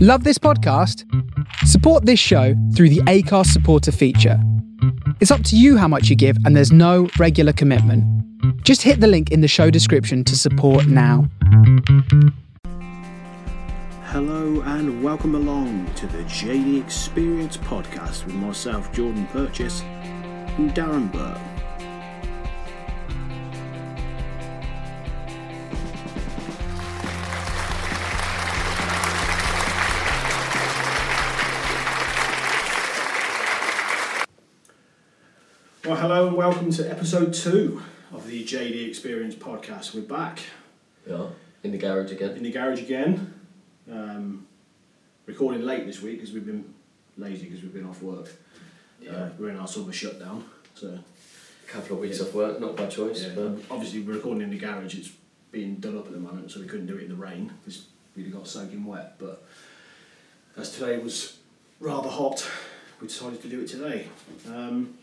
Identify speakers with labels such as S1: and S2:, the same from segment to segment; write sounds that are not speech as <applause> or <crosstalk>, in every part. S1: Love this podcast? Support this show through the ACARS supporter feature. It's up to you how much you give, and there's no regular commitment. Just hit the link in the show description to support now.
S2: Hello and welcome along to the JD Experience podcast with myself, Jordan Purchase, and Darren Burke. Well, hello and welcome to episode two of the JD Experience podcast. We're back
S3: Yeah, in the garage again.
S2: in the garage again, um, recording late this week because we've been lazy because we've been off work. Uh, we're in our summer shutdown, so
S3: A couple of weeks off work, not by choice,
S2: yeah,
S3: but
S2: obviously we're recording in the garage. It's being done up at the moment, so we couldn't do it in the rain because we'd have got soaking wet. But as today was rather hot, we decided to do it today. Um,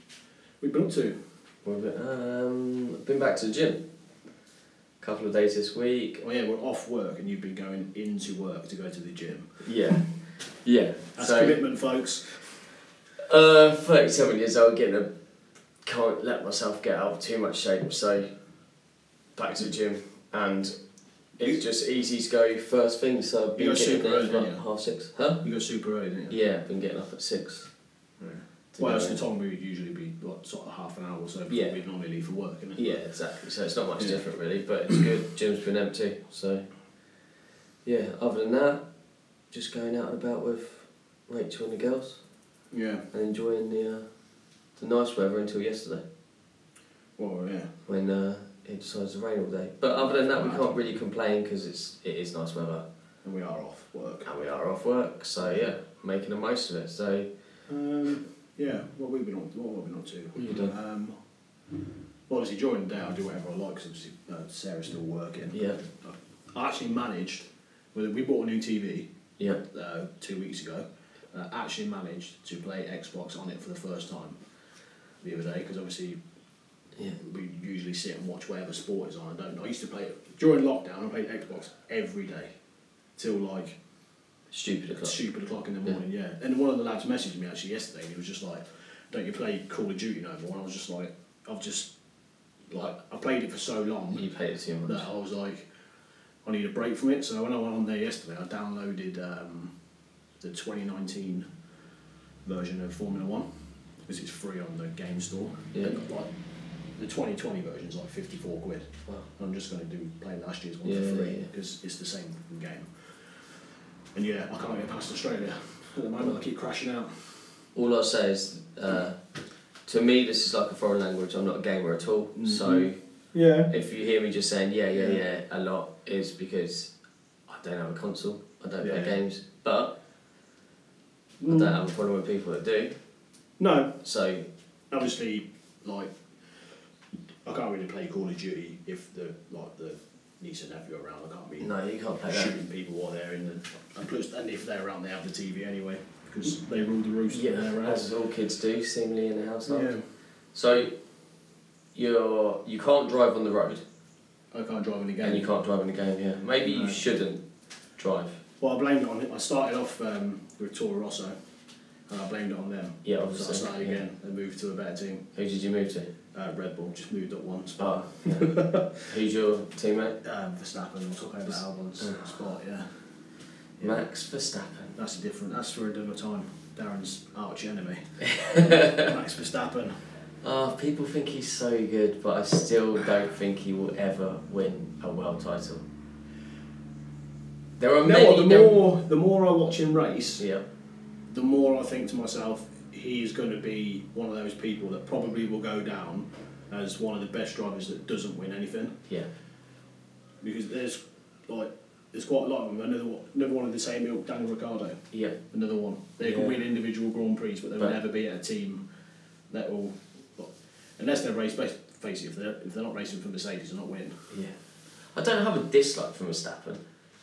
S2: we've been up to
S3: we're a bit. Um, been back to the gym. A couple of days this week.
S2: well, oh yeah, we're off work, and you've been going into work to go to the gym.
S3: Yeah, yeah.
S2: That's
S3: so,
S2: commitment, folks.
S3: uh, thirty-seven years old, getting a can't let myself get out of too much shape. So, back to the gym, and it's just easy to go first thing. So I've
S2: You
S3: been
S2: go
S3: getting
S2: super
S3: there
S2: early,
S3: for
S2: don't
S3: like
S2: you?
S3: half six, huh?
S2: You go super early, didn't you?
S3: Yeah, I've been getting up at six.
S2: Yeah.
S3: to
S2: Well,
S3: go
S2: that's
S3: in.
S2: the time we would usually be what sort of half an hour or so before
S3: Yeah.
S2: we'd normally leave for work, isn't it?
S3: Yeah, exactly. So it's not much
S2: Yeah.
S3: different really, but it's good. Gym's been empty, so yeah. Other than that, just going out and about with Rachel and the girls
S2: Yeah.
S3: and enjoying the uh, the nice weather until yesterday
S2: Well, yeah.
S3: when uh, it decides to rain all day. But other than that, we can't really complain because it's it is nice weather
S2: And we are off work.
S3: and we are off work. So yeah, making the most of it. So
S2: Um, yeah. What we've been up. What have I been up to?
S3: What you done?
S2: Um, well, obviously during the day I do whatever I like because obviously uh, Sarah's still working. Uh,
S3: yeah,
S2: I actually managed. Well, we bought a new TV
S3: yeah.
S2: uh, two weeks ago. Uh, actually managed to play Xbox on it for the first time the other day because obviously
S3: Yeah,
S2: we usually sit and watch whatever sport is on. I don't know. I used to play during lockdown. I played Xbox every day till like
S3: stupid o'clock.
S2: stupid o'clock in the
S3: Yeah.
S2: morning. Yeah. And one of the lads messaged me actually yesterday. and He was just like, "Don't you play Call of Duty no more?" And I was just like, "I've just like I played it for so long
S3: You played it too much.
S2: that uh, I was like, I need a break from it." So when I went on there yesterday, I downloaded um, the 2019 version of Formula One because it's free on the game store.
S3: Yeah.
S2: And, like, the 2020 version is like 54 quid.
S3: Wow.
S2: I'm just going to do play last year's one
S3: Yeah,
S2: for
S3: yeah,
S2: free
S3: yeah.
S2: because it's the same fucking game. And yeah, I can't get past Australia at the moment. I keep crashing out.
S3: All I'll say is, uh, to me, this is like a foreign language. I'm not a gamer at all. So
S2: Yeah.
S3: if you hear me just saying yeah, Mm-hmm. yeah,
S2: Yeah.
S3: yeah a lot, is because I don't have a console. I don't
S2: Yeah.
S3: play games, but I don't have a problem with people that do.
S2: No,
S3: So
S2: obviously, like I can't really play Call of Duty if the like the niece and nephew are around. I can't be
S3: no, you can't play that.
S2: shooting people while they're in the. And plus, and if they're around, they have the TV anyway because they rule the roost. when they're
S3: Mm. Yeah,
S2: around.
S3: as all kids do, seemingly in the household.
S2: Yeah.
S3: So you're you can't drive on the road,
S2: I can't drive in the game.
S3: and you can't drive in the game. Yeah, maybe
S2: No.
S3: you shouldn't drive.
S2: Well, I blamed it on it. I started off um, with Toro Rosso, and I blamed it on them.
S3: Yeah,
S2: So
S3: obviously.
S2: I started
S3: yeah.
S2: again and moved to a better team.
S3: Who did you move to?
S2: Uh, Red Bull just moved up one spot. <laughs>
S3: Oh, yeah. Who's your teammate?
S2: Um, Verstappen, we'll talk about that
S3: uh.
S2: Albon's spot. Yeah, Yeah.
S3: Max Verstappen.
S2: that's a different. That's for another time. Darren's arch
S3: <laughs>
S2: enemy, Max Verstappen.
S3: Ah, people think he's so good, but I still don't think he will ever win a world title. There are
S2: No,
S3: many.
S2: the
S3: there-
S2: more the more I watch him race,
S3: Yeah,
S2: the more I think to myself, he is going to be one of those people that probably will go down as one of the best drivers that doesn't win anything.
S3: yeah,
S2: because there's like there's quite a lot of them. Another one, another one of the same ilk, Daniel Ricciardo.
S3: yeah.
S2: Another one. They can
S3: Yeah.
S2: win individual Grand Prix, but they'll
S3: But-
S2: never be at a team that will, well, unless they're race based. Face it, if they're if they're not racing for Mercedes, they're not winning.
S3: Yeah. I don't have a dislike for Verstappen,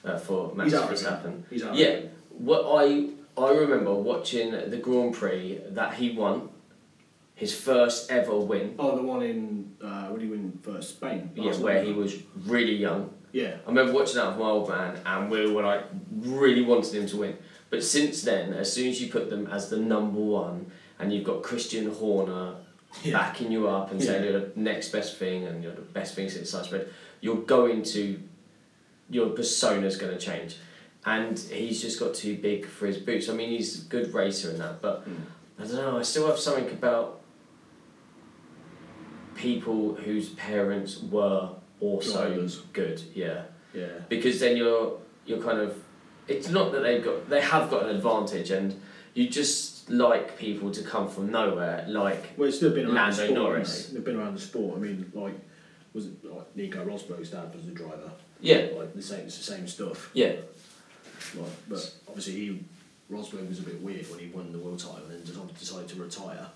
S3: uh, for Max
S2: He's arrogant.
S3: Verstappen.
S2: He's
S3: yeah.
S2: arrogant.
S3: What I I remember watching the Grand Prix that he won, his first ever win.
S2: Oh, the one in uh, what do you win first? Spain.
S3: Yeah, where he was really young,
S2: Yeah.
S3: I remember watching that with my old man, and we were like really wanted him to win. But since then, as soon as you put them as the number one, and you've got Christian Horner
S2: Yeah.
S3: backing you up and saying
S2: Yeah.
S3: you're the next best thing and you're the best thing since sliced bread, you're going to, your persona's going to change, and he's just got too big for his boots. I mean, he's a good racer in that, but
S2: Hmm.
S3: I don't know. I still have something about people whose parents were also
S2: Drivers.
S3: good. Yeah
S2: Yeah.
S3: because then you're you're kind of it's not that they've got they have got an advantage and you just like people to come from nowhere like
S2: Well, it's still been around
S3: Lando
S2: the sport.
S3: Norris.
S2: haven't they? They've been around the sport. I mean, like, was it like Nico Rosberg's dad was the driver?
S3: yeah
S2: Like the same, it's the same stuff.
S3: yeah
S2: Like, but obviously, he Rosberg was a bit weird when he won the world title and then decided- decided to retire.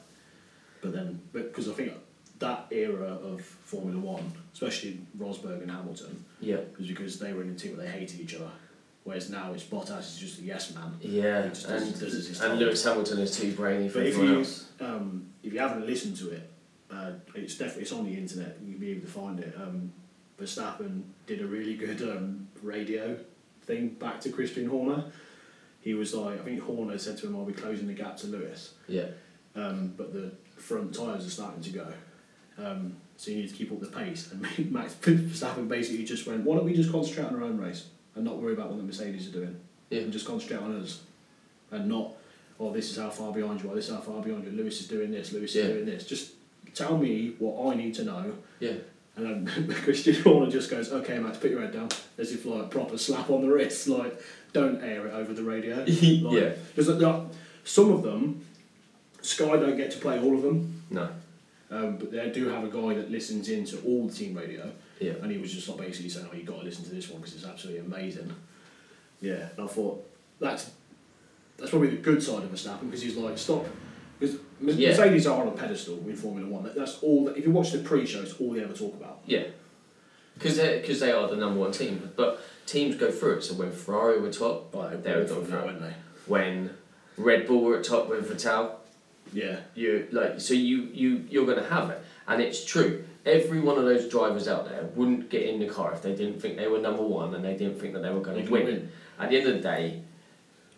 S2: But then, because I think that era of Formula One, especially Rosberg and Hamilton,
S3: yeah
S2: was because they were in a team where they hated each other. Whereas now it's Bottas is just a yes man.
S3: yeah
S2: He just does-
S3: and,
S2: does his
S3: and
S2: job.
S3: Lewis Hamilton is too brainy for
S2: But if
S3: everyone
S2: you
S3: else
S2: um, if you haven't listened to it, uh, it's definitely it's on the internet. You'll be able to find it. Um, Verstappen did a really good um, radio thing back to Christian Horner. He was like, I think Horner said to him, "I'll be closing the gap to Lewis,"
S3: yeah
S2: um, but the front tires are starting to go. Um, so you need to keep up the pace. And <laughs> Max Verstappen basically just went, "Why don't we just concentrate on our own race and not worry about what the Mercedes are doing?"
S3: yeah
S2: and just concentrate on us and not oh this is how far behind you are this is how far behind you Lewis is doing this Lewis
S3: Yeah.
S2: is doing this just tell me what I need to know
S3: yeah
S2: and then <laughs> Christian Horner just goes okay Max put your head down as if like a proper slap on the wrist like don't air it over the radio like,
S3: <laughs> Yeah.
S2: there's like, like, some of them Sky don't get to play all of them
S3: no
S2: um, but they do have a guy that listens in to all the team radio
S3: yeah
S2: and he was just like basically saying, "Oh, you got to listen to this one because it's absolutely amazing." Yeah, and I thought that's that's probably the good side of Verstappen because he's like, "Stop," because
S3: Yeah.
S2: Mercedes are on a pedestal in Formula One. That, that's all. That, if you watch the pre-show, it's all they ever talk about.
S3: yeah because they because they are the number one team but teams go through it so when Ferrari were top they were
S2: awful now,
S3: gone through it.
S2: weren't they?
S3: when Red Bull were at top with Vettel
S2: Yeah,
S3: you like so you you you're going to have it and it's true every one of those drivers out there wouldn't get in the car if they didn't think they were number one and they didn't think that they were going
S2: They're
S3: to
S2: gonna
S3: win.
S2: win.
S3: at the end of the day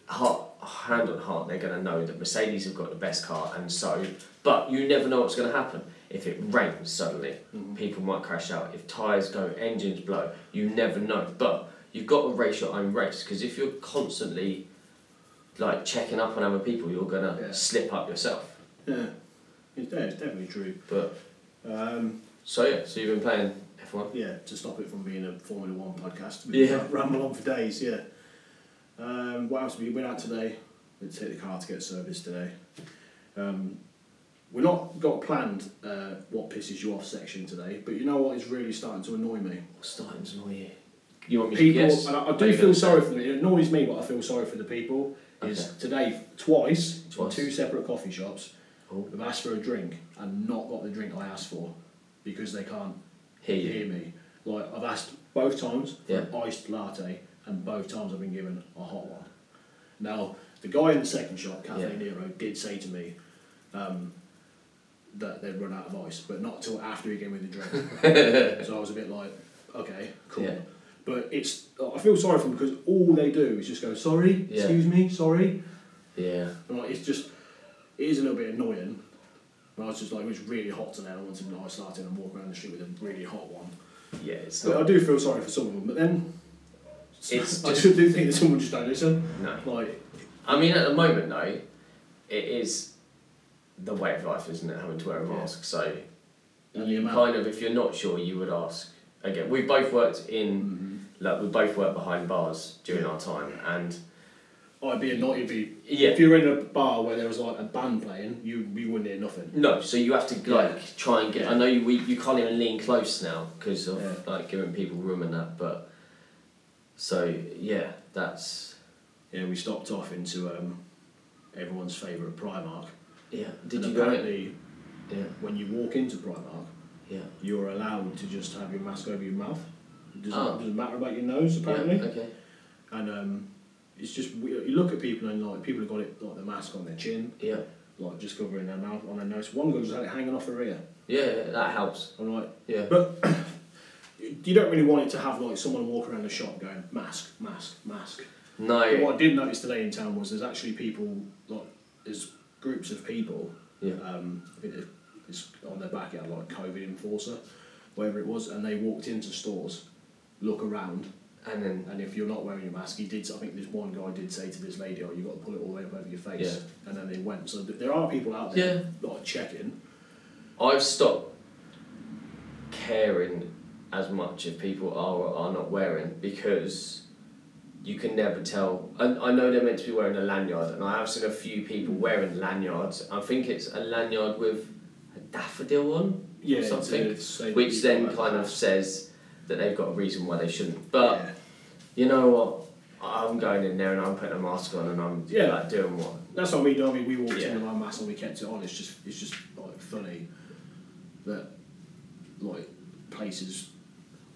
S3: heart hand on heart they're going to know that mercedes have got the best car and so but you never know what's going to happen if it rains suddenly
S2: Mm-hmm.
S3: people might crash out if tires go engines blow you never know but you've got to race your own race because if you're constantly like checking up on other people you're going to
S2: Yeah.
S3: slip up yourself
S2: yeah, it's, yeah, it's definitely true.
S3: but
S2: Um,
S3: so yeah, so you've been playing F one.
S2: yeah, to stop it from being a Formula One podcast, we
S3: Yeah.
S2: <laughs> ramble on for days. Yeah. Um, what else? We went out today. We took the car to get serviced today. Um, we're not got planned uh, what pisses you off section today, but you know what is really starting to annoy me.
S3: What's starting to annoy you? You want me
S2: People,
S3: to guess?
S2: and I, I
S3: Are you
S2: do feel
S3: gonna-
S2: sorry for them. It annoys me, but I feel sorry for the people. Is
S3: Okay.
S2: today twice, in
S3: Twice.
S2: two separate coffee shops,
S3: Oh.
S2: have asked for a drink and not got the drink I asked for because they can't
S3: Hear you.
S2: hear me. Like I've asked both times for an
S3: Yeah.
S2: iced latte, and both times I've been given a hot one. Now the guy in the second shop, Cafe
S3: Yeah.
S2: Nero, did say to me um, that they'd run out of ice, but not till after he gave me the
S3: <laughs>
S2: drink. so I was a bit like, okay, cool.
S3: Yeah.
S2: But it's I feel sorry for them because all they do is just go sorry,
S3: Yeah.
S2: excuse me, sorry.
S3: Yeah.
S2: And like, it's just, it is a little bit annoying. And I was just like, it was really hot today. and I wanted an ice latte and walk around the street with a really hot one.
S3: Yeah, it's
S2: But I
S3: not.
S2: do feel sorry for some of them. But then, <laughs>
S3: It's
S2: I
S3: just-
S2: do do think that someone just don't listen.
S3: No.
S2: Like,
S3: I mean, at the moment though, it is the way of life, isn't it? Having to wear a
S2: Yeah.
S3: mask. So
S2: and the
S3: you
S2: amount.
S3: kind of, if you're not sure, you would ask. Again, we both worked in,
S2: Mm-hmm.
S3: like, we both worked behind bars during our time, and
S2: I'd be annoyed if you,
S3: yeah,
S2: if you were in a bar where there was like a band playing, you you wouldn't hear nothing.
S3: No, so you have to like try and get. I
S2: Yeah.
S3: know you we, you can't even lean close now because of
S2: Yeah.
S3: like giving people room and that. But so yeah, that's
S2: Yeah, we stopped off into um, everyone's favourite Primark.
S3: yeah. Did
S2: and
S3: you go in?
S2: apparently,
S3: Yeah,
S2: when you walk into Primark,
S3: yeah.
S2: you're allowed to just have your mask over your mouth. It doesn't,
S3: Oh.
S2: doesn't matter about your nose, apparently.
S3: Yeah, okay.
S2: and um, it's just we- you look at people and like people have got it like the mask on their chin,
S3: Yeah,
S2: like just covering their mouth on their nose. One girl just had it hanging off her ear.
S3: yeah. That helps.
S2: I'm like,
S3: Yeah,
S2: but <clears throat> you don't really want it to have like someone walk around the shop going mask, mask, mask. But
S3: No.
S2: what I did notice today in town was there's actually people like there's groups of people.
S3: Yeah.
S2: Um, I think it- it's on their back it had like COVID enforcer, whatever it was, and they walked into stores, look around,
S3: And then
S2: and if you're not wearing your mask, he did. I think this one guy did say to this lady, "Oh, you have got to pull it all the way up over your face," and then they went. So th- there are people out there like checking.
S3: I've stopped caring as much if people are or are not wearing because you can never tell. I, I know they're meant to be wearing a lanyard, and I have seen a few people wearing lanyards. I think it's a lanyard with a daffodil on,
S2: Yeah,
S3: something,
S2: to say
S3: which
S2: that
S3: then
S2: you've got
S3: kind
S2: that.
S3: of says that they've got a reason why they shouldn't. But
S2: Yeah.
S3: you know what? I'm going in there and I'm putting a mask on and I'm
S2: Yeah.
S3: like, doing what
S2: That's what we do. I mean, we walked
S3: Yeah.
S2: in with our mask and we kept it on. It's just, it's just like funny that like places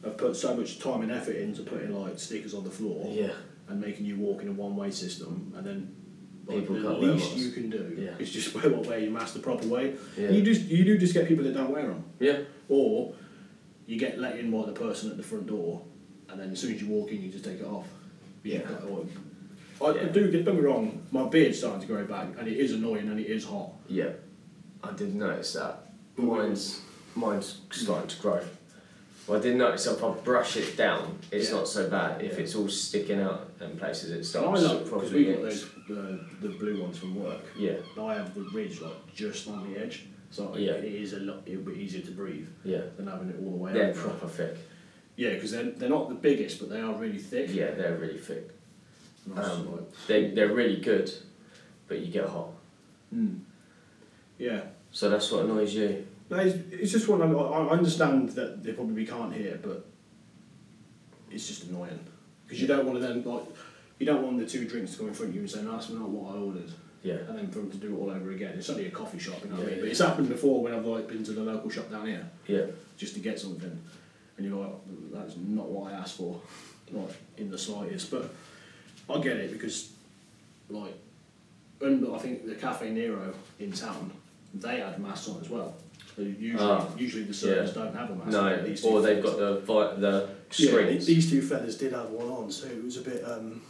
S2: have put so much time and effort into putting like stickers on the floor
S3: Yeah.
S2: and making you walk in a one-way system, and then like,
S3: People
S2: the
S3: can't wear
S2: least
S3: masks.
S2: you can do
S3: Yeah.
S2: is just <laughs> wear wear your mask the proper way.
S3: Yeah.
S2: You just, you do just get people that don't wear them,
S3: yeah.
S2: or you get let in by the person at the front door, and then as soon as you walk in, you just take it off. You
S3: Yeah.
S2: just like, oh, I, I do get don't get me wrong. My beard's starting to grow back, and it is annoying, and it is hot.
S3: Yeah, I did notice that.
S2: But we-
S3: Mine's mine's starting to grow. Well, I did notice if I brush it down, it's
S2: Yeah.
S3: not so bad. If
S2: Yeah.
S3: it's all sticking out in places, it
S2: And I
S3: starts
S2: love because we
S3: probably.
S2: got those the, the blue ones from work.
S3: Yeah,
S2: And I have the ridge like just on the edge, so
S3: Yeah.
S2: it is a lot. It'll be easier to breathe
S3: yeah,
S2: than having it all the way.
S3: they're
S2: over.
S3: proper thick.
S2: Yeah, because they're, they're not the biggest, but they are really thick.
S3: Yeah, they're really thick.
S2: And I was
S3: Um,
S2: like,
S3: they they're really good, but you get hot.
S2: mm. Yeah.
S3: So that's what annoys you.
S2: No, it's, it's just one. I, I understand that they probably can't hear, but it's just annoying because you don't want to then like you don't want the two drinks to come in front of you and say, "No, that's not what I ordered,"
S3: Yeah,
S2: and then for them to do it all over again. It's only a coffee shop, you know what I
S3: Yeah,
S2: mean?
S3: yeah.
S2: But it's happened before when I've like been to the local shop down here
S3: yeah,
S2: just to get something, and you're like, "That's not what I asked for," not in the slightest. But I get it because like, and I think the Cafe Nero in town, they had masks on as well. So usually,
S3: Ah,
S2: usually the servers
S3: yeah.
S2: don't have a mask.
S3: no,
S2: but these two
S3: or they've
S2: fellas-
S3: got the vi- the
S2: Yeah, th-
S3: strings.
S2: these two feathers did have one on, so it was a bit. Um,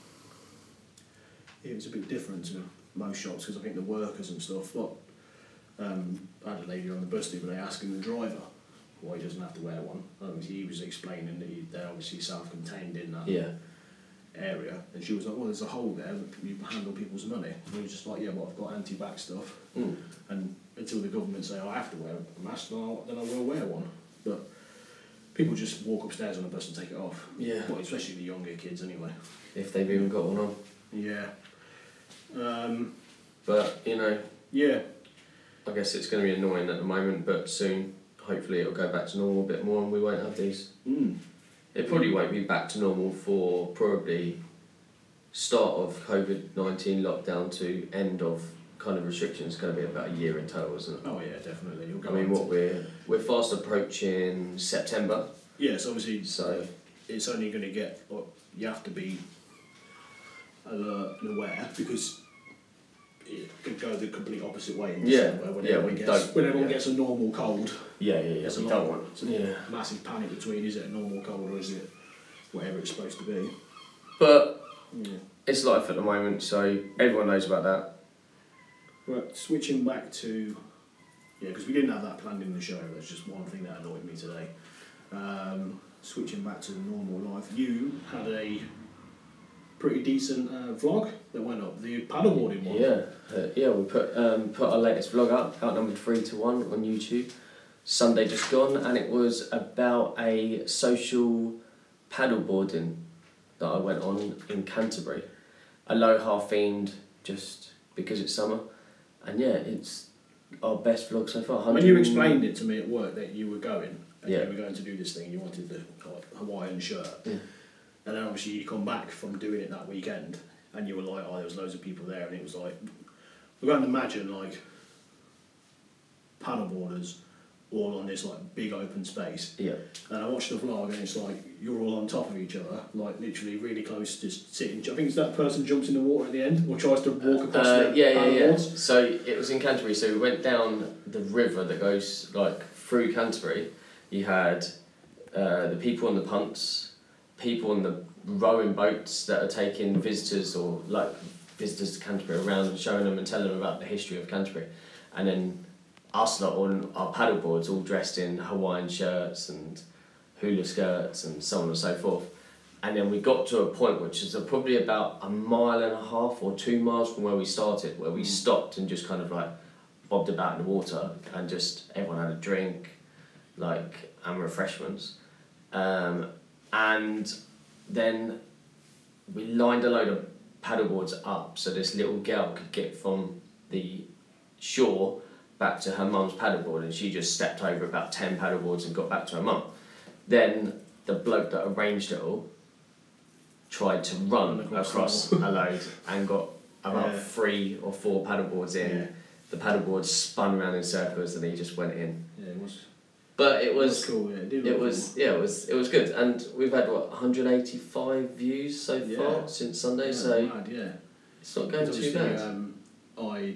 S2: it was a bit different to most shops because I think the workers and stuff. Look, um, I had a lady on the bus the other day asking the driver why he doesn't have to wear one. And he was explaining that he, they're obviously self-contained in that
S3: Yeah,
S2: area, and she was like, "Well, there's a hole there. that You handle people's money." And he was just like, "Yeah, but I've got anti-back stuff,
S3: Mm.
S2: and until the government say oh, I have to wear a mask, then, I'll, then I will wear one." But people just walk upstairs on a bus and take it off.
S3: Yeah.
S2: Well, especially the younger kids, anyway.
S3: if they've even got one on.
S2: Yeah. Um,
S3: But you know,
S2: yeah.
S3: I guess it's going to be annoying at the moment, but soon, hopefully, it'll go back to normal a bit more and we won't have these.
S2: Mm.
S3: It probably won't be back to normal for probably start of COVID 19 lockdown to end of kind of restrictions, going to be about a year in total, isn't it?
S2: Oh yeah, definitely. You'll go
S3: I mean,
S2: on
S3: what
S2: to-
S3: we're, we're fast approaching September,
S2: Yeah, so obviously
S3: so
S2: it's only going to get. Like, you have to be alert and aware because it could go the complete opposite way. In
S3: Yeah,
S2: December when
S3: yeah,
S2: everyone
S3: we
S2: gets,
S3: don't-
S2: when everyone
S3: yeah.
S2: gets a normal cold.
S3: yeah, yeah, yeah.
S2: It's
S3: we
S2: a
S3: don't
S2: lot-
S3: want.
S2: it's a
S3: Yeah.
S2: massive panic between is it a normal cold or is it whatever it's supposed to be.
S3: But
S2: Yeah.
S3: it's life at the moment, so everyone knows about that.
S2: Right, switching back to yeah, because we didn't have that planned in the show. That's just one thing that annoyed me today. Um, switching back to normal life, you had a pretty decent uh, vlog that went up. The paddleboarding one.
S3: Yeah, uh, yeah. We put um, put our latest vlog up, outnumbered three to one on YouTube. Sunday just gone, and it was about a social paddleboarding that I went on in Canterbury. Aloha themed, just because it's summer, and yeah, it's our best vlog so far.
S2: When you
S3: 100
S2: explained it to me at work that you were going and
S3: Yeah.
S2: you were going to do this thing, you wanted the like, Hawaiian shirt,
S3: Yeah.
S2: and then obviously you come back from doing it that weekend, and you were like, oh, there was loads of people there, and it was like, we can't imagine like paddleboarders all on this like big open space.
S3: Yeah,
S2: And I watched the vlog, and it's like you're all on top of each other, like literally really close, just sitting. I think it's that person jumps in the water at the end or tries to walk across
S3: Uh,
S2: the
S3: yeah, yeah, yeah.
S2: paddleboards.
S3: So it was in Canterbury. So we went down the river that goes like through Canterbury. You had uh, the people on the punts, people on the rowing boats that are taking visitors or like visitors to Canterbury around and showing them and telling them about the history of Canterbury, and then us lot on our paddle boards all dressed in Hawaiian shirts and hula skirts and so on and so forth. And then we got to a point which is probably about a mile and a half or two miles from where we started, where we stopped and just kind of like bobbed about in the water and just everyone had a drink, like and refreshments. Um, and then we lined a load of paddleboards up so this little girl could get from the shore back to her mum's paddleboard and she just stepped over about 10 paddleboards and got back to her mum. Then the bloke that arranged it all tried to run
S2: Across
S3: across
S2: the
S3: a load and got about
S2: Yeah.
S3: three or four paddleboards in.
S2: Yeah.
S3: The paddleboard spun around in circles and he just went in.
S2: Yeah, it was.
S3: But it
S2: It was
S3: was
S2: cool. Yeah, it, did
S3: it
S2: look
S3: was yeah, it was it was good, and we've had what 185 views so
S2: Yeah.
S3: far since Sunday,
S2: cool.
S3: so
S2: Yeah, mad, yeah.
S3: it's not going too
S2: Obviously,
S3: bad.
S2: Um, I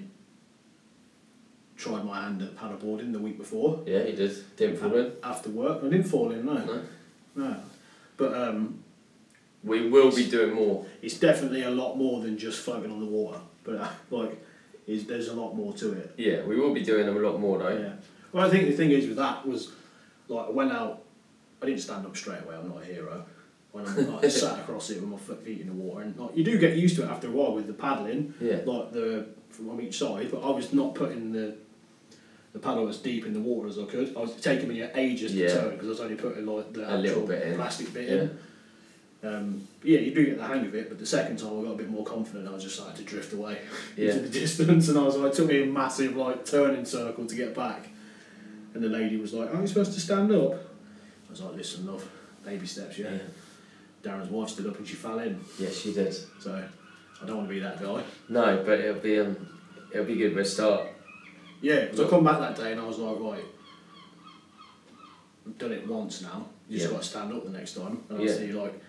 S2: tried my hand at paddleboarding the week before.
S3: yeah, he did. Didn't fall in.
S2: After work, I didn't fall in. No,
S3: No.
S2: no. But um,
S3: We will be doing more.
S2: it's definitely a lot more than just floating on the water. But <laughs> uh, like, is there's a lot more to it.
S3: Yeah, we will be doing a lot more though.
S2: Yeah. Well, I think the thing is with that was, like, I went out. I didn't stand up straight away. I'm not a hero. When I'm
S3: <laughs>
S2: like, sat across it with my foot- feet in the water, and like, you do get used to it after a while with the paddling,
S3: Yeah.
S2: like the from on each side. But I was not putting the the paddle as deep in the water as I could. I was it taking me ages
S3: Yeah.
S2: to turn because I was only putting like the
S3: A little
S2: actual
S3: bit in.
S2: plastic bit in. Um, but yeah, you do get the hang of it, but the second time I got a bit more confident, I just started to drift away
S3: Yeah.
S2: into the <laughs> distance, and I was like, it took me a massive like turning circle to get back. And the lady was like, "Aren't you supposed to stand up?" I was like, "Listen, love, baby steps, yeah."
S3: Yeah.
S2: Darren's wife stood up and she fell in,
S3: Yeah, she did.
S2: so I don't want to be that guy.
S3: No, but it'll be um, it'll be good. We'll start.
S2: Yeah, because I come back that day and I was like, right, I've done it once now. You just
S3: Yeah.
S2: got to stand up the next time. And I
S3: Yeah.
S2: see like,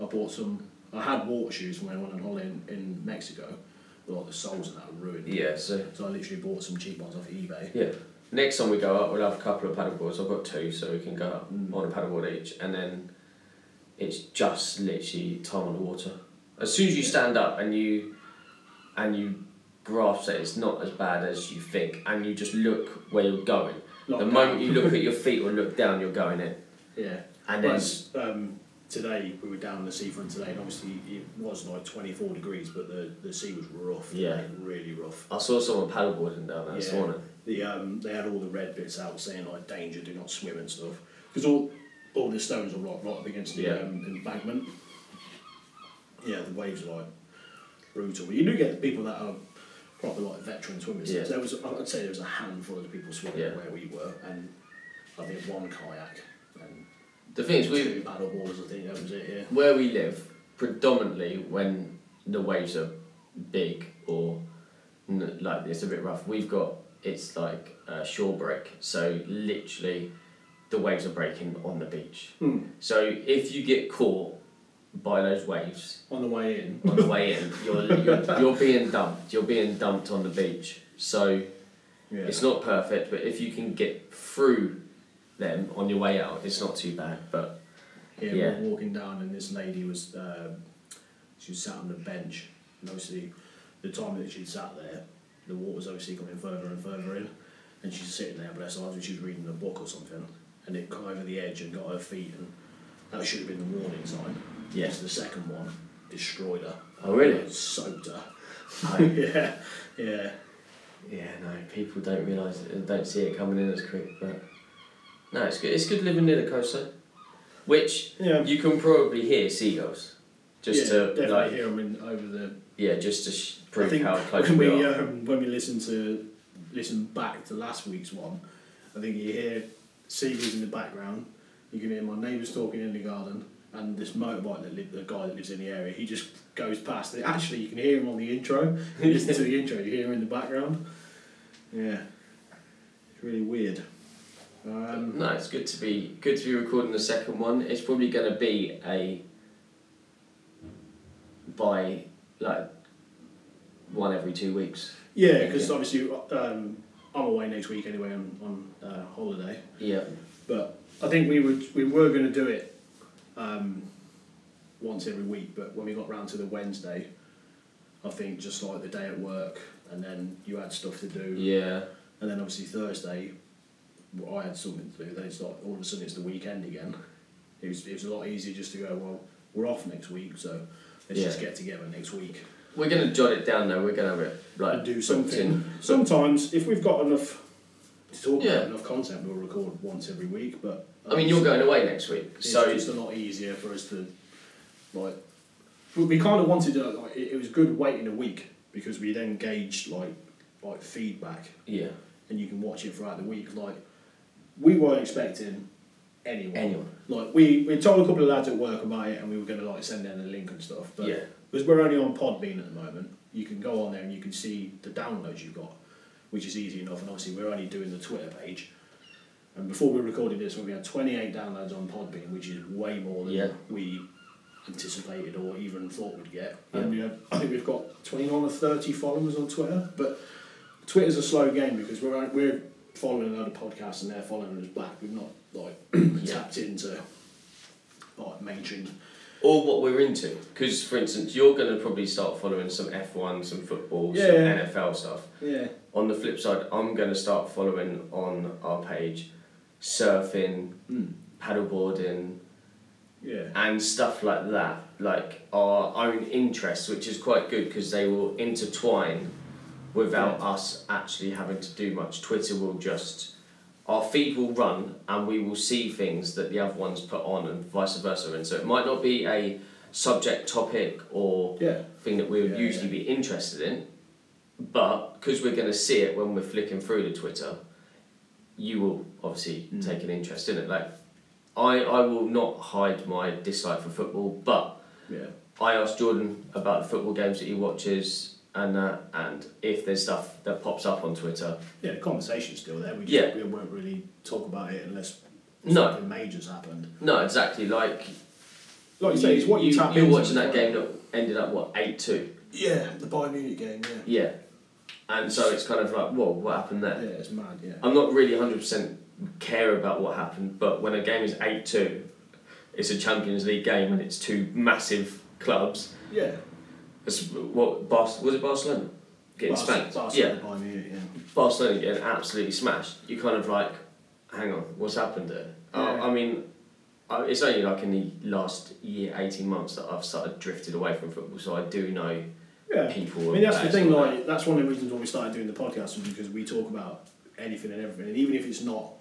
S2: I bought some. I had water shoes when I went on holiday in, in Mexico. But like the soles and that were ruined.
S3: Yeah, so
S2: So I literally bought some cheap ones off eBay.
S3: yeah. Next time we go up, we'll have a couple of paddleboards. I've got two, so we can go up
S2: Mm.
S3: on a paddleboard each, and then it's just literally time on the water. As soon as you stand up and you and you grasp that it's not as bad as you think, and you just look where you're going.
S2: Lock
S3: the
S2: down.
S3: moment
S2: <laughs>
S3: you look at your feet or look down, you're going in.
S2: Yeah.
S3: And then
S2: Whereas um, today we were down on the seafront today, and obviously it was like twenty four degrees, but the, the sea was rough. today,
S3: Yeah.
S2: Really rough.
S3: I saw someone paddleboarding down there this
S2: Yeah.
S3: morning.
S2: The um, they had all the red bits out saying like danger, do not swim and stuff, because all all the stones are right, right up against the
S3: Yeah.
S2: um, embankment. Yeah, the waves are like brutal. But you do get people that are proper like veteran swimmers.
S3: Yeah.
S2: There was I'd say there was a handful of people swimming
S3: Yeah.
S2: where we were, and I think one kayak and
S3: The thing is, we
S2: two paddle boards. I think that was it. Yeah.
S3: where we live, predominantly when the waves are big or n- like it's a bit rough, we've got it's like a shore break. So literally, the waves are breaking on the beach. So if you get caught by those waves
S2: On the way in.
S3: on the way in, you're, you're you're being dumped. You're being dumped on the beach. So
S2: Yeah.
S3: it's not perfect, but if you can get through them on your way out, it's not too bad. But
S2: yeah,
S3: yeah.
S2: We were walking down, and this lady was uh, she was sat on the bench. And obviously, the time that she sat there, the water's obviously coming further and further in, and she's sitting there. Bless her, I think she was reading a book or something, and it come over the edge and got her feet, and that should have been the warning sign.
S3: Yeah.
S2: Yes, the second one destroyed her.
S3: Oh, really?
S2: It soaked her. <laughs>
S3: I-
S2: yeah, yeah.
S3: Yeah, no, people don't realise, it, don't see it coming in as quick, but no, it's good. It's good living near the coast, though. Which
S2: Yeah.
S3: you can probably hear seagulls, just
S2: yeah,
S3: to
S2: definitely
S3: like,
S2: hear 'em in over the
S3: yeah, just to sh-
S2: I
S3: prove
S2: think
S3: how close
S2: when
S3: we,
S2: we
S3: are.
S2: um, when we listen to listen back to last week's one, I think you hear seagulls in the background. You can hear my neighbours talking in the garden, and this motorbike that li- the guy that lives in the area. He just goes past. it. Actually, you can hear him on the intro. You listen to the intro, you hear him in the background. Yeah, it's really weird. Um,
S3: No, it's good to be good to be recording the second one. It's probably going to be a by like one every two weeks.
S2: yeah, because obviously um, I'm away next week anyway. I'm on uh, holiday.
S3: Yeah,
S2: But I think we would we were going to do it um, once every week, but when we got round to the Wednesday, I think just like the day at work, and then you had stuff to do,
S3: Yeah.
S2: and then obviously Thursday, well, I had something to do. Then it's like all of a sudden it's the weekend again. It was it was a lot easier just to go. Well, we're off next week, so let's
S3: Yeah.
S2: just get together next week.
S3: We're gonna jot it down though. We're gonna have it like
S2: do
S3: booked
S2: something.
S3: in.
S2: Sometimes, if we've got enough to talk
S3: Yeah.
S2: about, enough content, we'll record once every week. But um,
S3: I mean, you're going away next week,
S2: It's
S3: so
S2: just a lot easier for us to like. We, we kind of wanted to like it, it was good waiting a week because we then gauged like like feedback
S3: yeah.
S2: and you can watch it throughout the week. Like we weren't expecting anyone.
S3: Anyone.
S2: Like we, we told a couple of lads at work about it and we were gonna like send them the link and stuff. But
S3: Yeah.
S2: because we're only on Podbean at the moment, you can go on there and you can see the downloads you've got, which is easy enough and obviously we're only doing the Twitter page. And before we recorded this we had twenty eight downloads on Podbean, which is way more than
S3: Yeah.
S2: we anticipated or even thought we'd get.
S3: Yeah.
S2: And we had, I think we've got twenty one or thirty followers on Twitter. But Twitter's a slow game because we're we're following a lot of podcasts and they're following us back. We've not like <clears throat> tapped into like mainstream.
S3: Or what we're into, because for instance, you're gonna probably start following some F one, some football,
S2: Yeah,
S3: some
S2: yeah.
S3: NFL stuff.
S2: Yeah.
S3: On the flip side, I'm gonna start following on our page, surfing, paddleboarding,
S2: Yeah.
S3: and stuff like that, like our own interests, which is quite good because they will intertwine without us actually having to do much. Twitter will just, our feed will run and we will see things that the other ones put on and vice versa. And so it might not be a subject, topic, or
S2: Yeah.
S3: thing that we would
S2: Yeah,
S3: usually
S2: yeah.
S3: be interested in, but because we're going to see it when we're flicking through the Twitter, you will obviously
S2: Mm.
S3: take an interest in it. Like, I, I will not hide my dislike for football, but
S2: Yeah.
S3: I asked Jordan about the football games that he watches and that, and if there's stuff that pops up on Twitter.
S2: Yeah. The conversation's still there. We just,
S3: Yeah.
S2: we won't really talk about it unless
S3: No.
S2: something major's happened.
S3: No, exactly. Like,
S2: Like you say, it's what you, tap
S3: You're
S2: into.
S3: watching that game that ended up, what, 8 2?
S2: Yeah, the Bayern Munich game. Yeah.
S3: Yeah. And so it's kind of like, whoa, what happened there?
S2: Yeah, it's mad. Yeah.
S3: I'm not really 100% care about what happened, but when a game is 8 2, it's a Champions League game and it's two massive clubs.
S2: Yeah.
S3: It's, what, Bar- was it Barcelona? Getting
S2: Barca-
S3: spanked.
S2: Barca,
S3: Yeah,
S2: Bayern Munich. Yeah.
S3: Barcelona getting absolutely smashed. You're kind of like, hang on, what's happened there?
S2: Yeah.
S3: I, I mean, I, it's only like in the last year, 18 months that I've started drifted away from football, so I do know
S2: Yeah.
S3: people.
S2: I mean, that's the
S3: and
S2: thing.
S3: all that.
S2: Like, that's one of the reasons why we started doing the podcast was because we talk about anything and everything, and even if it's not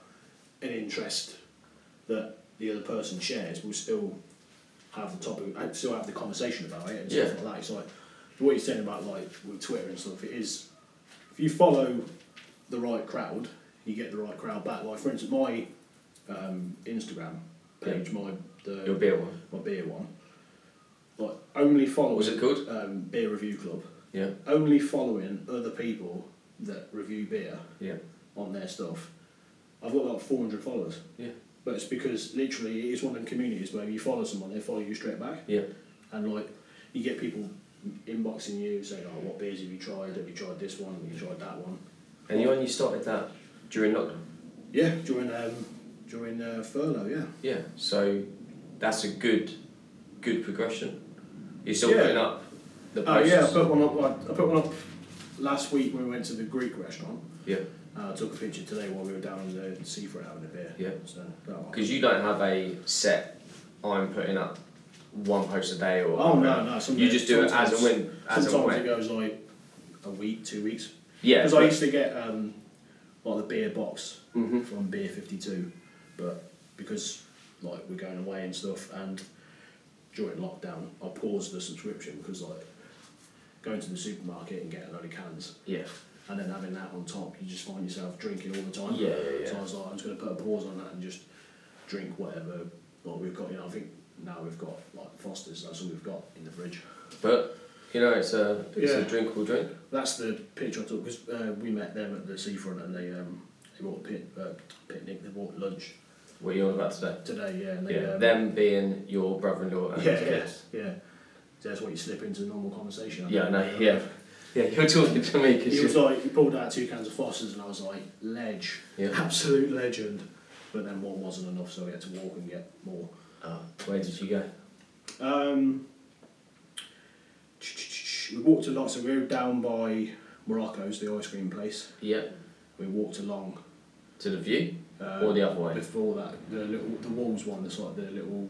S2: an interest that the other person shares, we'll still have the topic, and still have the conversation about it and stuff like
S3: Yeah.
S2: that. It's like what you're saying about like with Twitter and stuff. It is if you follow the right crowd, you get the right crowd back. Like for instance, my um, Instagram page, my the
S3: Your beer one.
S2: my beer one, like only follow
S3: What was it called?
S2: um, beer review club
S3: Yeah,
S2: only following other people that review beer
S3: yeah,
S2: on their stuff. I've got like 400 followers,
S3: yeah,
S2: but it's because literally it is one of the communities where you follow someone, they follow you straight back,
S3: yeah.
S2: and like you get people inboxing you saying, "Oh, what beers have you tried? Have you tried this one? Have you tried that one?"
S3: And you only started that during lockdown?
S2: Yeah, during um, during uh, furlough, yeah.
S3: Yeah, so that's a good, good progression. You're still
S2: Yeah.
S3: putting up the
S2: Oh
S3: posts.
S2: yeah, I put one up. Like, I put one up last week when we went to the Greek restaurant.
S3: yeah,
S2: Uh, I took a picture today while we were down on the seafront having a beer.
S3: Yeah.
S2: So that one.
S3: because you don't have a set. I'm putting up one post a day, or
S2: Oh no, no. Sometimes,
S3: you just do it as
S2: sometimes-
S3: and when, as and
S2: Sometimes it
S3: when.
S2: goes like a week, two weeks.
S3: Yeah,
S2: Because I
S3: but-
S2: used to get um, like the beer box
S3: Mhm.
S2: from Beer Fifty Two, but because like we're going away and stuff, and during lockdown, I paused the subscription because like going to the supermarket and getting a load of cans.
S3: yeah,
S2: And then having that on top, you just find yourself drinking all the time.
S3: Yeah, yeah, yeah.
S2: So I was like, I'm just going to put a pause on that and just drink whatever like we've got. You know, I think now we've got like Foster's. That's all we've got in the fridge.
S3: but you know it's a it's a
S2: Yeah.
S3: drinkable drink.
S2: That's the picture I took because uh, we met them at the seafront and they um, they bought pit, uh, picnic. They bought lunch
S3: What are you on about today?
S2: today. Yeah, and they,
S3: Yeah,
S2: um,
S3: them being your brother-in-law
S2: <laughs>
S3: and
S2: yeah,
S3: his
S2: yeah,
S3: kids.
S2: yeah. So that's what you slip into normal conversation. I
S3: Yeah, I
S2: think.
S3: know. Yeah, <laughs> yeah. You're talking to me because
S2: He was
S3: you're.
S2: like, he pulled out two cans of Foster's, and I was like, ledge,
S3: Yeah.
S2: absolute legend. but then one wasn't enough, so we had to walk and get more.
S3: Oh, where did you go?
S2: Um, we walked along, so we were down by Morocco's, the ice cream place.
S3: Yeah,
S2: We walked along.
S3: to the view
S2: Uh,
S3: or the other way?
S2: Before that, the little the walls one, that's like the little.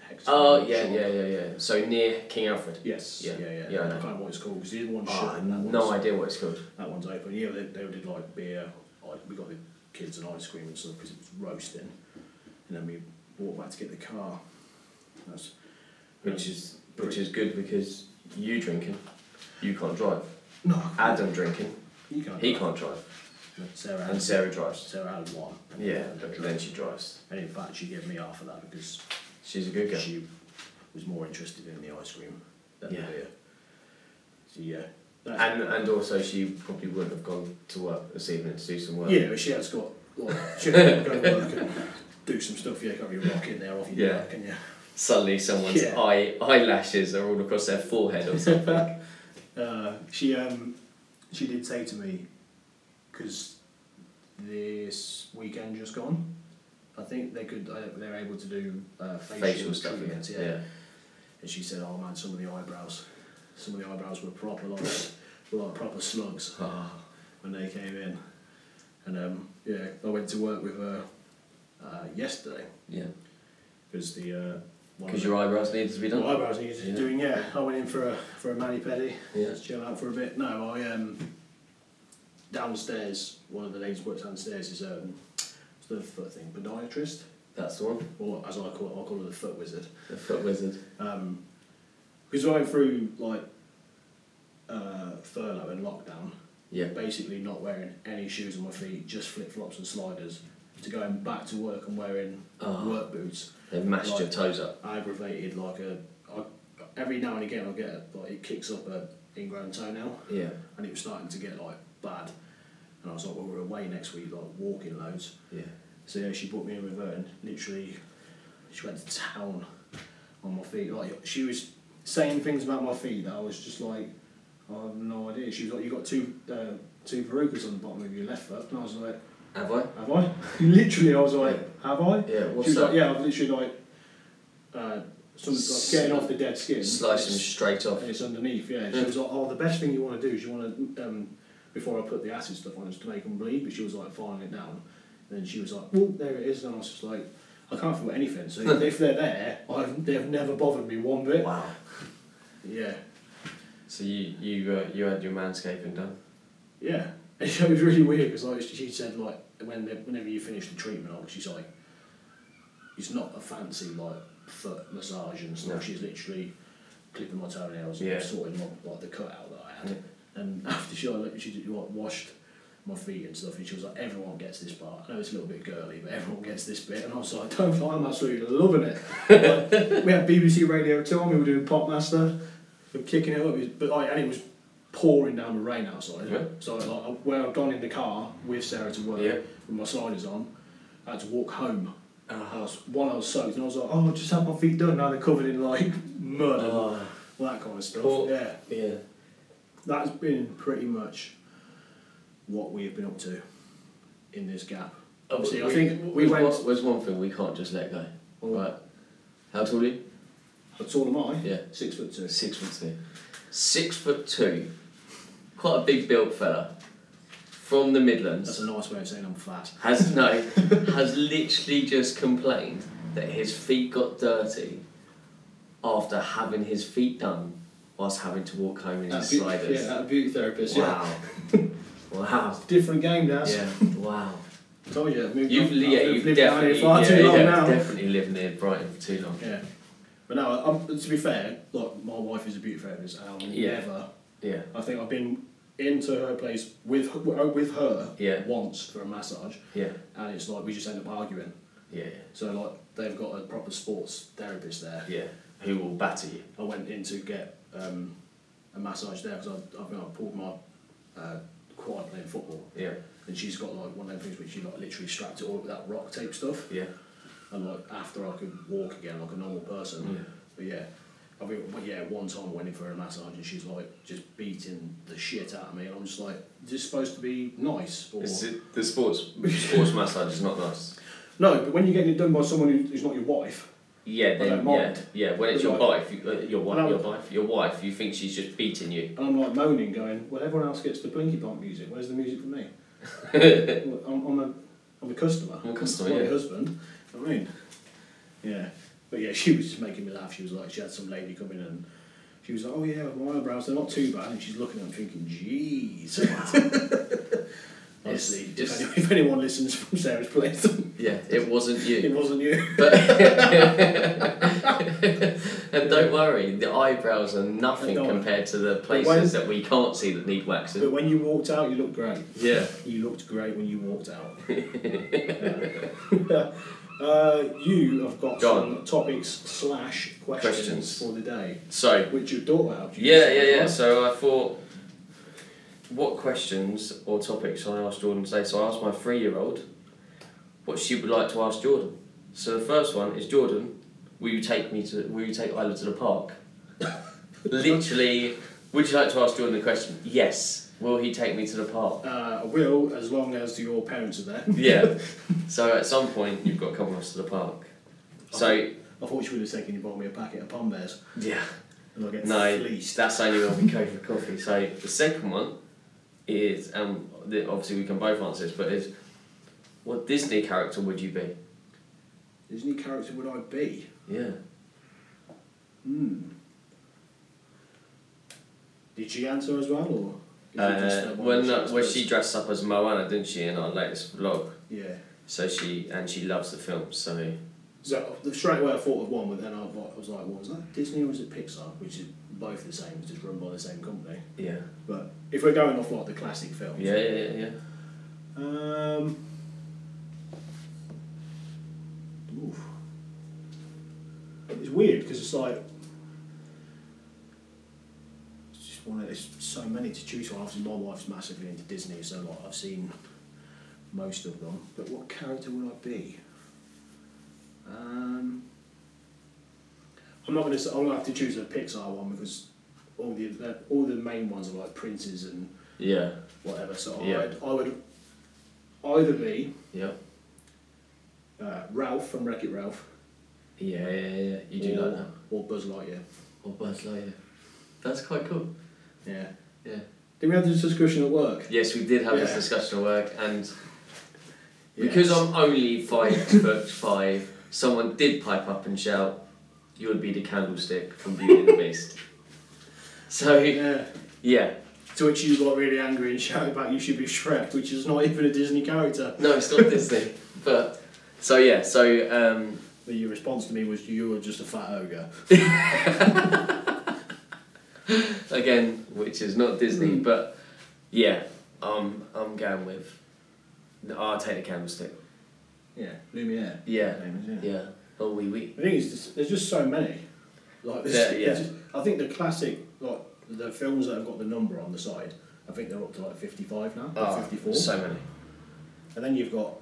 S2: hexagon
S3: Oh yeah,
S2: shop.
S3: yeah, yeah, yeah. So near King Alfred.
S2: Yes, yeah,
S3: Yeah,
S2: yeah.
S3: yeah, I
S2: I
S3: know.
S2: can't remember what it's called because the other one's
S3: Oh,
S2: shut and that one's,
S3: no idea what it's called.
S2: that one's open. Yeah, they, they did like beer. Like, we got the kids an ice cream and stuff because it was roasting, and then we walked back to get the car. That's
S3: Which is which is good because you drinking, you can't drive.
S2: no,
S3: Adam drinking,
S2: you can't.
S3: he can't drive,
S2: Sarah
S3: and
S2: had,
S3: Sarah drives.
S2: Sarah had one.
S3: Yeah,
S2: and uh,
S3: then she drives.
S2: in fact, she gave me half of that because
S3: She's a good girl.
S2: she was more interested in the ice cream than
S3: Yeah.
S2: the beer. So yeah, that's-
S3: And and also she probably wouldn't have gone to work this evening to do some work.
S2: Yeah, but she has got. Like, she has got to go to work and do some stuff. Yeah, can't be rocking there off your
S3: Yeah.
S2: back, can you?
S3: Suddenly someone's
S2: Yeah.
S3: eye eyelashes are all across their forehead or something.
S2: Uh, she um, she did say to me, because this weekend just gone, I think they could uh, they're able to do uh, facial,
S3: <laughs> Facial stuff again.
S2: treatments,
S3: Yeah.
S2: And she said, "Oh man, some of the eyebrows, some of the eyebrows were proper like, <laughs> were like proper slugs
S3: Oh,
S2: when they came in." And um, yeah, I went to work with her uh, yesterday
S3: yeah.
S2: because the uh, one of
S3: Because
S2: the-
S3: your eyebrows needed to be
S2: Well,
S3: done.
S2: eyebrows needed
S3: Yeah.
S2: doing, yeah. I went in for a for a mani pedi,
S3: Yeah.
S2: just chill out for a bit. No, I um downstairs. One of the ladies who works downstairs is um what's the foot thing podiatrist,
S3: That's the one.
S2: or as I call I call her the foot wizard.
S3: The foot wizard.
S2: Um, because I went through like uh, furlough and lockdown,
S3: Yeah.
S2: basically not wearing any shoes on my feet, just flip flops and sliders, to going back to work and wearing
S3: Ah.
S2: work boots.
S3: They mashed your
S2: Right.
S3: toes up.
S2: aggravated like a I, every now and again I get a, like it kicks up a ingrown toenail
S3: Yeah.
S2: and it was starting to get like bad and I was like well we're away next week like walking loads
S3: Yeah.
S2: so yeah she brought me in with her and literally she went to town on my feet like she was saying things about my feet that I was just like I have no idea she was like you got two uh, two verrucas on the bottom of your left foot and I was like
S3: Have I?
S2: have I? literally, I was like, have I?
S3: Yeah, what's
S2: she was
S3: that?
S2: Like, yeah, I've literally like, uh, some, like getting off the dead skin.
S3: Slice them straight off.
S2: And it's underneath, yeah. She was like, oh, the best thing you want to do is you want to, um, before I put the acid stuff on, is to make them bleed, but she was like, filing it down. And then she was like, well, there it is. And I was just like, I can't feel anything.
S3: <laughs>
S2: So if they're there, I've, they've never bothered me one bit.
S3: Wow.
S2: Yeah.
S3: So you you uh, you had your manscaping done.
S2: Yeah, <laughs> it was really weird because like she said like when the- whenever you finish the treatment, like she's like, it's not a fancy like foot massage and stuff.
S3: No.
S2: She's literally clipping my toenails
S3: Yeah.
S2: and sorting my, like the cutout that I had.
S3: Yeah.
S2: And <laughs> after she like she did, like, washed my feet and stuff, and she was like, everyone gets this part. I know it's a little bit girly, but everyone gets this bit. And I was like, don't lie, I'm absolutely loving
S3: <laughs>
S2: it. Like, we had BBC Radio Two on. We were doing Pop Master. We were kicking it up, it was- but like, and it was pouring down with rain outside.
S3: Yeah.
S2: So like, where I've gone in the car with Sarah to work
S3: Yeah.
S2: with my sliders on, I had to walk home.
S3: Ah.
S2: I was, one, I was soaked, and I was like, oh, I just had my feet done. Now they're covered in like <laughs> mud and all
S3: Oh.
S2: that kind of stuff.
S3: Poor-
S2: Yeah,
S3: Yeah.
S2: that's been pretty much what we have been up to in this gap. Obviously, I think we
S3: there's
S2: went.
S3: One, there's one thing we can't just let go.
S2: Oh.
S3: Right. How tall are you?
S2: How tall am I?
S3: Yeah.
S2: six foot two.
S3: Six foot two. Six foot two. Quite a big built fella. From the Midlands.
S2: That's a nice way of saying I'm fat. <laughs>
S3: has no has literally just complained that his feet got dirty after having his feet done whilst having to walk home in his
S2: That beauty-
S3: sliders.
S2: Yeah, that beauty therapist. Yeah. <laughs>
S3: wow. wow.
S2: Different game now.
S3: Yeah. Wow.
S2: Told you. I've moved
S3: You've
S2: on.
S3: yeah,
S2: I've
S3: you've
S2: lived down here
S3: definitely
S2: far
S3: yeah,
S2: too long
S3: yeah,
S2: now.
S3: definitely lived near Brighton for too long.
S2: Yeah. But no, I'm, to be fair, like my wife is a beauty therapist, and I'll
S3: Yeah.
S2: never.
S3: Yeah.
S2: I think I've been into her place with her, with her
S3: Yeah.
S2: once for a massage,
S3: Yeah.
S2: and it's like we just end up arguing.
S3: Yeah.
S2: So like they've got a proper sports therapist there.
S3: Yeah. Who will batter you?
S2: I went in to get um, a massage there because I, I think I pulled my uh, quad playing football,
S3: Yeah.
S2: and she's got like one of those things which she like literally strapped it all up with that rock tape stuff.
S3: Yeah.
S2: and like after I could walk again like a normal person.
S3: Yeah.
S2: But yeah, I mean, but yeah, one time I went in for a massage and she's like just beating the shit out of me, and I'm just like, is this supposed to be nice or?
S3: <laughs> the sports sports massage is not nice.
S2: No, but when you're getting it done by someone who- who's not your wife,
S3: Yeah, then
S2: don't
S3: yeah,
S2: mind.
S3: yeah. When it's your
S2: Like-
S3: wife, you, uh, your
S2: Well,
S3: wife,
S2: I
S3: your
S2: would-
S3: wife, your wife, you think she's just beating you.
S2: and I'm like moaning, going, well, everyone else gets the Blinky Bonk music. Where's the music for
S3: <laughs>
S2: me? Well, I'm, I'm a, I'm a customer.
S3: You're a customer,
S2: I'm not
S3: yeah.
S2: your husband. You know what I mean, yeah. But yeah, <laughs> she was just making me laugh. She was like, she had some lady come in and she was like, oh yeah, my eyebrows they're not too bad, and she's looking at them thinking, jeez. <laughs> Honestly,
S3: It's
S2: if,
S3: just-
S2: any- if anyone listens from Sarah's place, <laughs>
S3: Yeah, <laughs> it wasn't
S2: it <laughs>
S3: you.
S2: wasn't you.
S3: But and don't worry, the eyebrows are nothing
S2: Don't worry.
S3: compared to the
S2: when-
S3: places that we can't see that need waxing.
S2: But when you walked out, you looked great.
S3: Yeah.
S2: You looked great when you walked
S3: <laughs>
S2: out. uh, you have got
S3: Go
S2: some topics slash questions,
S3: Questions.
S2: for the day,
S3: So
S2: which your daughter helped you.
S3: Yeah,
S2: decide,
S3: yeah, yeah.
S2: right?
S3: So I thought, what questions or topics should I ask Jordan today? So I asked my three-year-old what she would like to ask Jordan. So the first one is Jordan, will you take me to? Will you take Isla to the park? Literally, would you like to ask Jordan the question? Yes. Will he take me to the
S2: <laughs>
S3: park?
S2: Uh, I will, as long as your parents are there. <laughs>
S3: Yeah. so at some point you've got to come with us to the park. So
S2: I thought you would have taken you bought me a packet of pom bears,
S3: yeah.
S2: and I'll get
S3: No,
S2: fleeced.
S3: that's only when we go for coffee. So the second one is, um, the, obviously we can both answer this, but is what Disney character would you be?
S2: Disney character would I be?
S3: Yeah.
S2: Hmm. Did she answer as well, or? did you just
S3: Uh,
S2: have one
S3: well,
S2: that
S3: no,
S2: was
S3: well, she
S2: first?
S3: dressed up as Moana, didn't she, in our latest vlog?
S2: Yeah.
S3: So she and she loves the film. So
S2: So the straight away I thought of one, but then I wa- I was like, what was that? Disney or was it Pixar? Which is both the same, it's just run by the same company.
S3: yeah,
S2: But if we're going off like the classic films,
S3: yeah, yeah, yeah. yeah.
S2: Um. oof. It's weird because it's like. It's just one of there's so many to choose from. Obviously, my wife's massively into Disney, so like I've seen most of them. But what character would I be? Um. I'm not gonna. s- I'm gonna have to choose a Pixar one because all the uh, all the main ones are like princes and
S3: Yeah,
S2: whatever. So
S3: Yeah.
S2: I'd, I would either be
S3: yeah,
S2: uh, Ralph from Wreck It Ralph.
S3: yeah, yeah, yeah. You do
S2: or,
S3: like that,
S2: Or Buzz Lightyear.
S3: or Buzz Lightyear. That's quite cool.
S2: Yeah.
S3: Yeah.
S2: Did we have this discussion at work?
S3: Yes, we did have this
S2: Yeah.
S3: discussion at work, and
S2: Yes.
S3: Because I'm only five <laughs> foot five, someone did pipe up and shout, "You would be the candlestick from Beauty and the Beast." <laughs> So
S2: Yeah.
S3: yeah,
S2: To which you got really angry and <laughs> shouted back, you should be Shrek, which is not even a Disney character.
S3: no, it's not Disney, <laughs> but so yeah, so um,
S2: But your response to me was, you are just a fat ogre.
S3: again, which is not Disney, but yeah, um, I'm going with. I'll take the candlestick.
S2: Yeah. Lumiere.
S3: Yeah,
S2: Name is,
S3: yeah. Oh, wee wee.
S2: The thing is, there's- there's just so many. Like, there's,
S3: There- yeah.
S2: there's just- I think the classic, like the films that have got the number on the side, I think they're up to like 55 now, or 54.
S3: Ah, oh, so many.
S2: And then you've got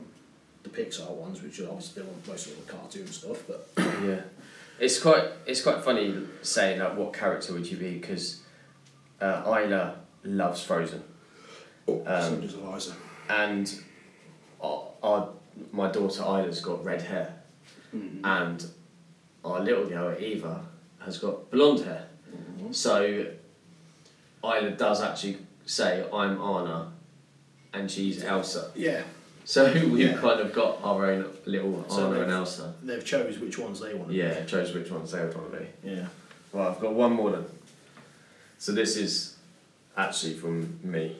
S2: the Pixar ones, which are obviously they're most sort of cartoon stuff, but
S3: Yeah, it's quite it's quite funny saying like what character would you be because uh, Isla loves Frozen Um,
S2: so does Eliza.
S3: and our, our my daughter Isla's got red hair
S2: Mm-hmm.
S3: and our little girl Eva has got blonde hair
S2: Mm-hmm.
S3: so Isla does actually say I'm Anna and she's Elsa
S2: Yeah,
S3: so <laughs> we've
S2: Yeah.
S3: kind of got our own little
S2: So
S3: Anna and
S2: they've-
S3: Elsa
S2: they've chose which ones they want to
S3: yeah chose which ones they would want to be
S2: be. Yeah.
S3: Well, I've got one more then. So this is actually from me,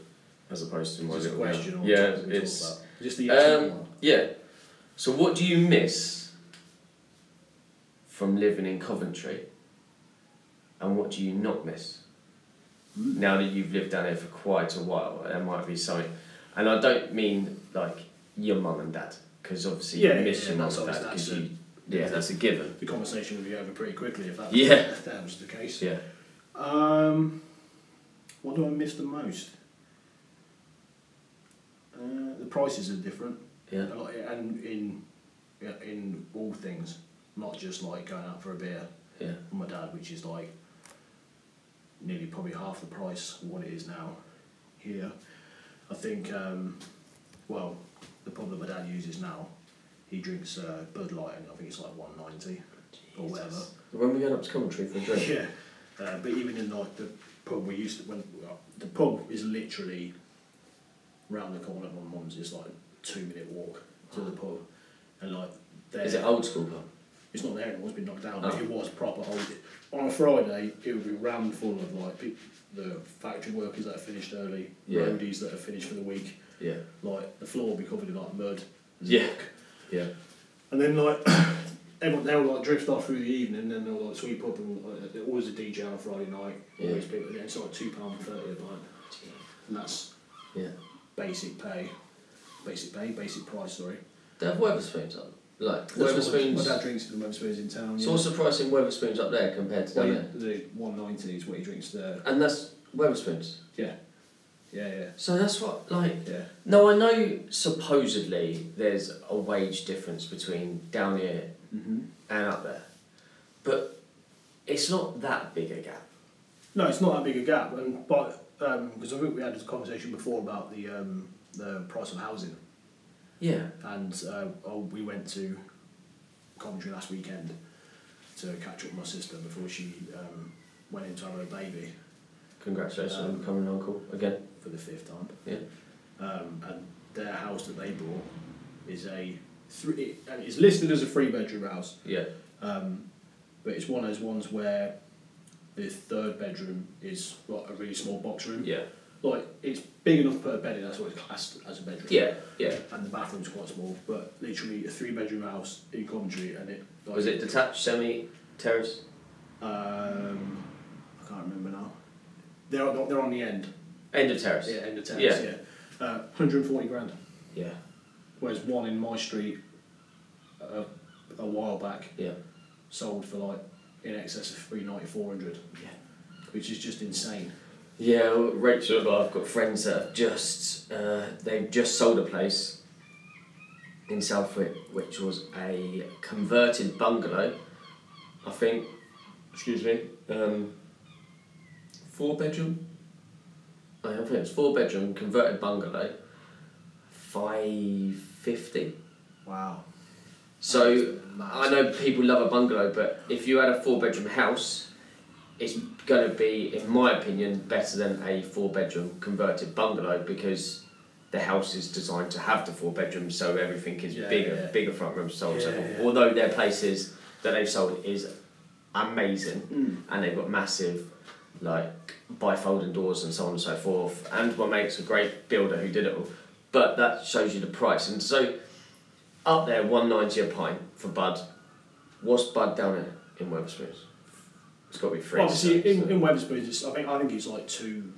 S3: as opposed to my
S2: Just a
S3: little
S2: question
S3: girl.
S2: or
S3: Yeah,
S2: something to talk
S3: it's
S2: about. just the yes and
S3: um,
S2: no.
S3: yeah. So what do you miss from living in Coventry, and what do you not miss?
S2: Hmm.
S3: Now that you've lived down here for quite a while, there might be something, and I don't mean like your mum and dad, because obviously
S2: Yeah,
S3: you
S2: yeah,
S3: miss
S2: yeah,
S3: your mum
S2: that's
S3: and dad
S2: obvious,
S3: because
S2: that's
S3: you, yeah, that's a given.
S2: the conversation would be over pretty quickly if that
S3: Yeah.
S2: if that was the case.
S3: Yeah.
S2: Um, what do I miss the most? Uh, the prices are different.
S3: Yeah.
S2: A lot, and in yeah, in all things, not just like going out for a beer.
S3: Yeah.
S2: my dad, which is like nearly probably half the price of what it is now here. I think, um, well, the pub that my dad uses now He drinks uh, Bud Light, and I think it's like one ninety or whatever.
S3: When we going up to Coventry for a drink?
S2: <laughs> Yeah, uh, but even in like the pub we used to when well, the pub is literally round the corner. My mum's It's like a two minute walk to the pub, and like there,
S3: Is it old school pub?
S2: it's not there anymore. It's been knocked down, but
S3: Oh.
S2: it was proper old. On a Friday, it would be rammed full of like peop the factory workers that have finished early,
S3: Yeah.
S2: roadies that have finished for the week.
S3: Yeah.
S2: Like the floor would be covered in like mud. and
S3: Yeah.
S2: muck.
S3: Yeah.
S2: And then like <coughs> everyone, they all like drift off through the evening, and then they'll like sweep up, and like, there always a DJ on a Friday night.
S3: Yeah.
S2: Always people. It's like two pound thirty a night, and that's
S3: Yeah.
S2: basic pay, basic pay, basic price. Sorry.
S3: They have Weatherspoons up. Like
S2: That's what my- my dad
S3: Weatherspoons.
S2: drinks at the Weatherspoons in town.
S3: So what's the price in Weatherspoons up there compared to
S2: Well,
S3: down
S2: yeah,
S3: there?
S2: the one ninety is what he drinks there.
S3: And that's Weatherspoons.
S2: Yeah, yeah, yeah,
S3: So that's what like.
S2: yeah.
S3: No, I know supposedly there's a wage difference between down here
S2: Mm-hmm.
S3: and up there, but it's not that big a gap.
S2: No, it's not that big a gap, and but because I think we had this conversation before about the um, the price of housing.
S3: Yeah.
S2: and uh, oh, we went to Coventry last weekend to catch up with my sister before she um, went in to have her baby
S3: Congratulations on
S2: Um,
S3: becoming an uncle again.
S2: for the fifth time.
S3: Yeah.
S2: Um, and their house that they bought is a three. It, and it's listed as a three bedroom house,
S3: Yeah.
S2: um, but it's one of those ones where the third bedroom is like a really small box room.
S3: Yeah.
S2: Like it's big enough per bed, in, that's what it's classed as a bedroom.
S3: Yeah. Yeah.
S2: And the bathroom's quite small, but literally a three bedroom house in Coventry, and it like,
S3: Was it detached, semi, terrace?
S2: Um, I can't remember now. They're on, they're on the end.
S3: End of terrace.
S2: Yeah, end of terrace.
S3: Yeah.
S2: Yeah, Uh, 140 grand.
S3: Yeah.
S2: Whereas one in my street, uh, a while back,
S3: Yeah.
S2: sold for like in excess of 390, 400,
S3: Yeah.
S2: which is just insane.
S3: Yeah, well, Rachel and I have got friends that have just uh, they've just sold a place in Southwick, which was a converted bungalow. I think, excuse me, um, four bedroom. I think it's four bedroom converted bungalow, five fifty.
S2: Wow.
S3: So I know people love a bungalow, but if you had a four bedroom house, it's going to be, in my opinion, better than a four bedroom converted bungalow because the house is designed to have the four bedrooms, so everything is
S2: Yeah,
S3: bigger,
S2: yeah.
S3: bigger front room, so on and so
S2: Yeah,
S3: forth.
S2: yeah.
S3: Although their places that they've sold is amazing,
S2: Mm.
S3: and they've got massive, like bifolding doors and so on and so forth. And my mate's a great builder who did it all, but that shows you the price. And so up there, one ninety a pint for bud. What's bud down here in Weatherspoons? It's got to be free.
S2: Obviously, in, in Weatherspoons, it's, I think I think it's like two,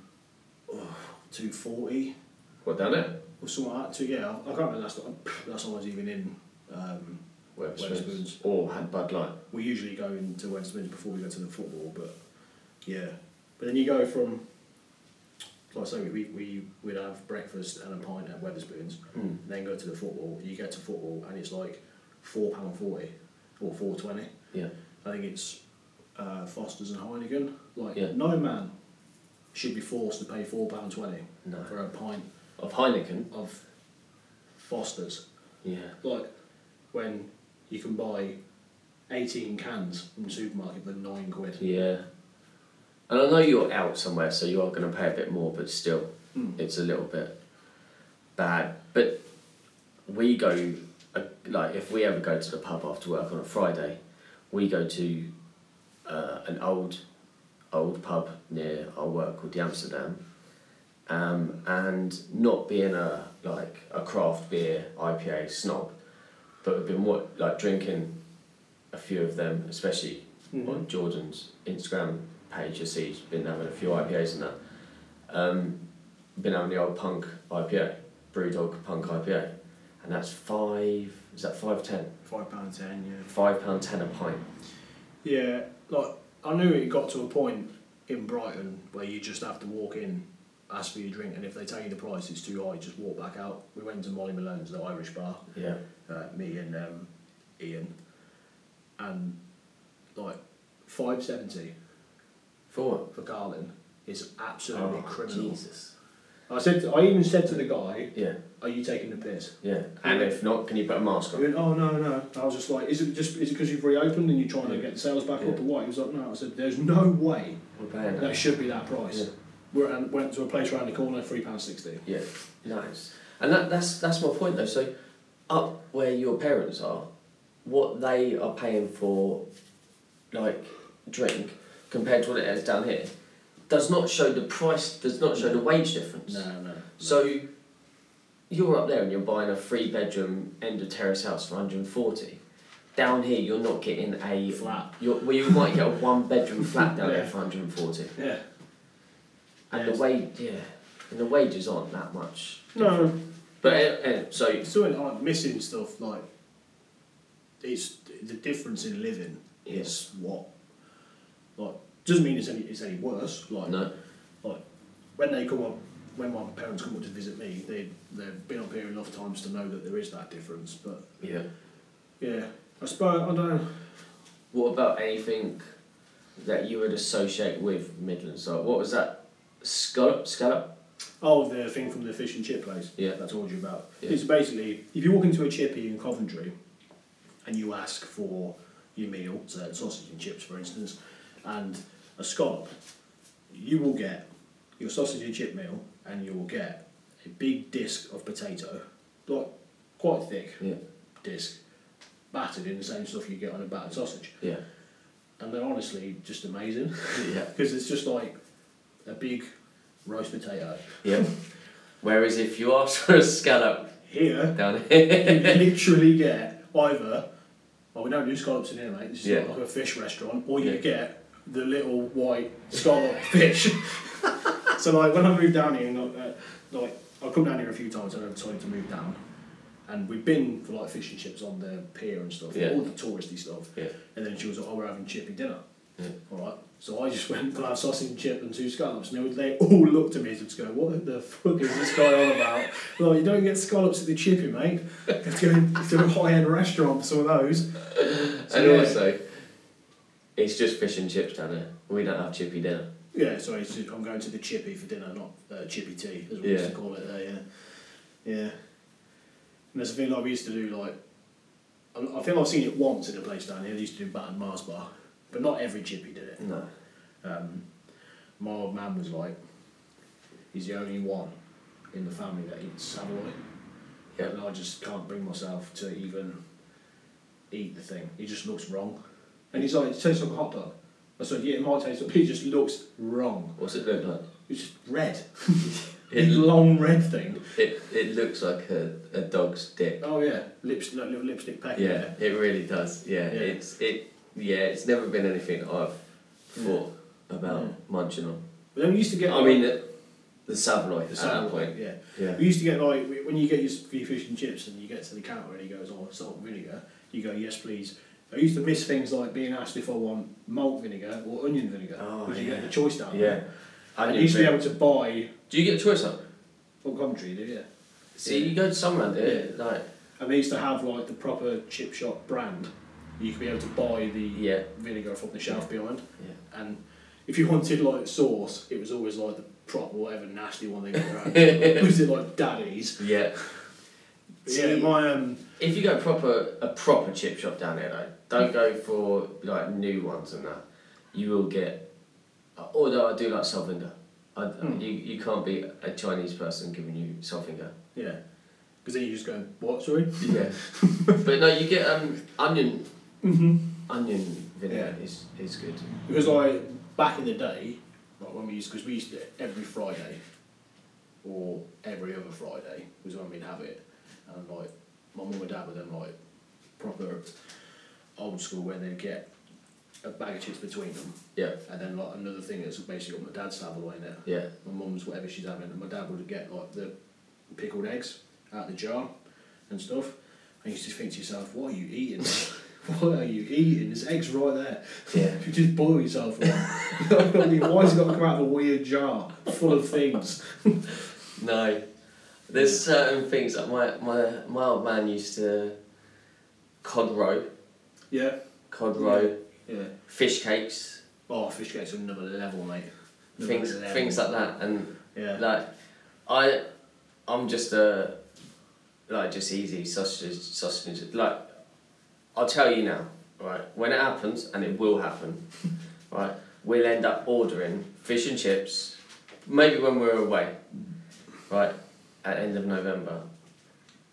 S2: oh, 240
S3: what down there?
S2: or something like that. Two, yeah, I, I can't remember the last time. <clears throat> Last time I was even in. Um,
S3: Weatherspoons.
S2: Weatherspoons.
S3: Or had Bud Light.
S2: we usually go into Westminster before we go to the football, but yeah. But then you go from, like I say, we, we would have breakfast and a pint at Weatherspoons,
S3: Mm.
S2: then go to the football. You get to football and it's like £4.40 or four twenty.
S3: Yeah.
S2: I think it's uh, Foster's and Heineken. Like,
S3: Yeah.
S2: no man should be forced to pay £4.20
S3: No.
S2: for a pint
S3: Of Heineken.
S2: of Foster's.
S3: Yeah.
S2: Like when you can buy 18 cans from the supermarket for 9 quid.
S3: Yeah. And I know you're out somewhere, so you are going to pay a bit more, but still, it's a little bit bad. But we go, uh, like, if we ever go to the pub after work on a Friday, we go to uh, an old, old pub near our work called the Amsterdam. Um, and not being a like a craft beer IPA snob, but we've been what like drinking a few of them, especially on Jordan's Instagram page. You see, he's been having a few IPAs and that. Um, been having the old Punk IPA, Brewdog Punk IPA, and that's five. Is that five ten?
S2: £5.10, yeah.
S3: Five pound ten a pint.
S2: Yeah, like I knew it got to a point in Brighton where you just have to walk in, ask for your drink, and if they tell you the price it's too high, just walk back out. We went to Molly Malone's, the Irish bar,
S3: Yeah.
S2: uh, me and um, Ian, and like 570
S3: For what?
S2: for Carlin is absolutely criminal.
S3: Oh, Jesus.
S2: I said, I even said to the guy,
S3: Yeah,
S2: "Are you taking the piss?"
S3: yeah. And if not, can you put a mask
S2: He
S3: on?
S2: went, "Oh no, no." I was just like, "Is it just is it because you've reopened and you're trying to
S3: Yeah.
S2: get the sales back
S3: Yeah.
S2: up or what?" He was like, "No." I said, "There's no way
S3: We're paying
S2: that
S3: that.
S2: should be that price."
S3: Yeah.
S2: We're and went to a place around the corner, three pound sixty.
S3: Yeah, nice. And that, that's that's my point though. So, up where your parents are, what they are paying for, like drink, compared to what it is down here, does not show the price. Does not show the wage difference.
S2: no.
S3: So, you're up there and you're buying a three bedroom end of terrace house for one hundred and forty. Down here, you're not getting a
S2: Flat.
S3: You're, well, you might get a one bedroom
S2: <laughs>
S3: flat down
S2: Yeah.
S3: there for one hundred and forty,
S2: Yeah.
S3: and
S2: Yes.
S3: the wage yeah, and the wages aren't that much.
S2: No.
S3: But uh, uh, so
S2: It's doing like missing stuff like. It's the difference in living is what. Like doesn't mean it's any it's any worse. Like
S3: no,
S2: like when they come up when my parents come up to visit me they they've been up here enough times to know that there is that difference but
S3: yeah.
S2: yeah I suppose I don't know
S3: What about anything that you would associate with Midlands? So what was that? Scallop, scallop.
S2: oh the thing from the fish and chip place
S3: Yeah.
S2: that I told you about
S3: Yeah.
S2: it's basically if you walk into a chippy in Coventry and you ask for your meal so that's sausage and chips for instance and a scallop you will get your sausage and chip meal and you will get a big disc of potato like quite thick
S3: Yeah,
S2: disc battered in the same stuff you get on a battered sausage.
S3: yeah,
S2: And they're honestly just amazing <laughs>
S3: yeah,
S2: because it's just like a big roast potato.
S3: yeah. Whereas if you ask for a scallop
S2: <laughs> Here,
S3: down <laughs> here,
S2: you literally get either, well, we don't do scallops in here, mate, it's
S3: Yeah.
S2: not like a fish restaurant, or you
S3: Yeah.
S2: get the little white scallop <laughs> fish. so, like, when I moved down here, and, uh, like, I've come down here a few times and I've decided to move down. And we've been for like fish and chips on the pier and stuff,
S3: Yeah.
S2: all the touristy stuff.
S3: yeah,
S2: And then she was like, oh, we're having chippy dinner.
S3: Yeah.
S2: All right. So I just went, can I have sausage and chip and two scallops? And they, they all looked at me and just go, what the fuck is this guy on about? <laughs> Well, you don't get scallops at the chippy, mate. It's going to a high-end restaurant for some of those. So,
S3: and
S2: yeah.
S3: also it's just fish and chips down here. We don't have chippy dinner.
S2: Yeah, so it's just, I'm going to the chippy for dinner, not uh, chippy tea, as we used to
S3: Yeah.
S2: call it there, yeah. Yeah. And that's the thing, like, we used to do, like, I I think I've seen it once in a place down here, they used to do battered Mars bar, but not every chippy did it.
S3: No.
S2: um, my old man was like, he's the only one in the family that eats savoy.
S3: Yeah.
S2: And I just can't bring myself to even eat the thing. It just looks wrong. And he's like, it tastes like a hot dog. I said, yeah, it might taste like, but it just looks wrong.
S3: What's it look like?
S2: It's just red. <laughs>
S3: It-
S2: Big long red thing.
S3: It it looks like a, a dog's dick.
S2: Oh yeah, lips, like little lipstick packet.
S3: Yeah, it really does. Yeah,
S2: Yeah.
S3: it's it. Yeah, it's never been anything I've thought about
S2: Yeah.
S3: munching on.
S2: But then we used to get.
S3: I mean, the, the Savoy
S2: the
S3: at
S2: savoy,
S3: that point.
S2: Yeah.
S3: Yeah.
S2: We used to get like when you get your free fish and chips and you get to the counter and he goes, "Oh, salt and vinegar." You go, "Yes, please." I used to miss things like being asked if I want malt vinegar or onion vinegar
S3: Oh,
S2: because you
S3: yeah.
S2: get the choice down
S3: Yeah.
S2: there. And you used to be able to buy
S3: Do you get a choice up?
S2: from Coventry, do you?
S3: See,
S2: Yeah.
S3: you go to somewhere, yeah. like
S2: And they used to have like the proper chip shop brand. You could be able to buy the
S3: Yeah.
S2: vinegar from the shelf behind.
S3: Yeah.
S2: And if you wanted like sauce, it was always like the proper whatever nasty one they got
S3: <laughs>
S2: around. was it like daddy's?
S3: yeah.
S2: Yeah,
S3: See-
S2: my um,
S3: If you go proper a proper chip shop down there, though, don't go for like new ones and that. You will get. Although I do like Salvinder. I,
S2: Hmm.
S3: you, you can't be a Chinese person giving you Salvinder.
S2: Yeah. Because then you just go, what, sorry?
S3: Yeah. <laughs> but no, you get um onion
S2: Mm-hmm.
S3: onion vinegar is is good.
S2: Because like back in the day, like when we used, because we used to every Friday or every other Friday was when we'd have it. And like my mum and dad were then like proper old school where they'd get a bag of chips between them
S3: Yeah.
S2: and then like another thing that's basically got my dad's savoy in it.
S3: Yeah.
S2: my mum's whatever she's having, and my dad would get like the pickled eggs out of the jar and stuff. And you just think to yourself, what are you eating? <laughs> what are you eating? There's eggs right there.
S3: Yeah.
S2: <laughs> you just boil yourself one. <laughs> I mean, why has it got to come out of a weird jar full of things?
S3: No, there's certain things that my my my old man used to cod roe,
S2: Yeah.
S3: cod roe,
S2: Yeah.
S3: fish cakes,
S2: Oh, fish cakes are another level, mate. Another
S3: things
S2: level.
S3: things like that, and
S2: Yeah.
S3: like I, I'm just a, like just easy sausage sausage. Like, I'll tell you now, right? When it happens, and it will happen, right? We'll end up ordering fish and chips, maybe when we're away, right? At end of November,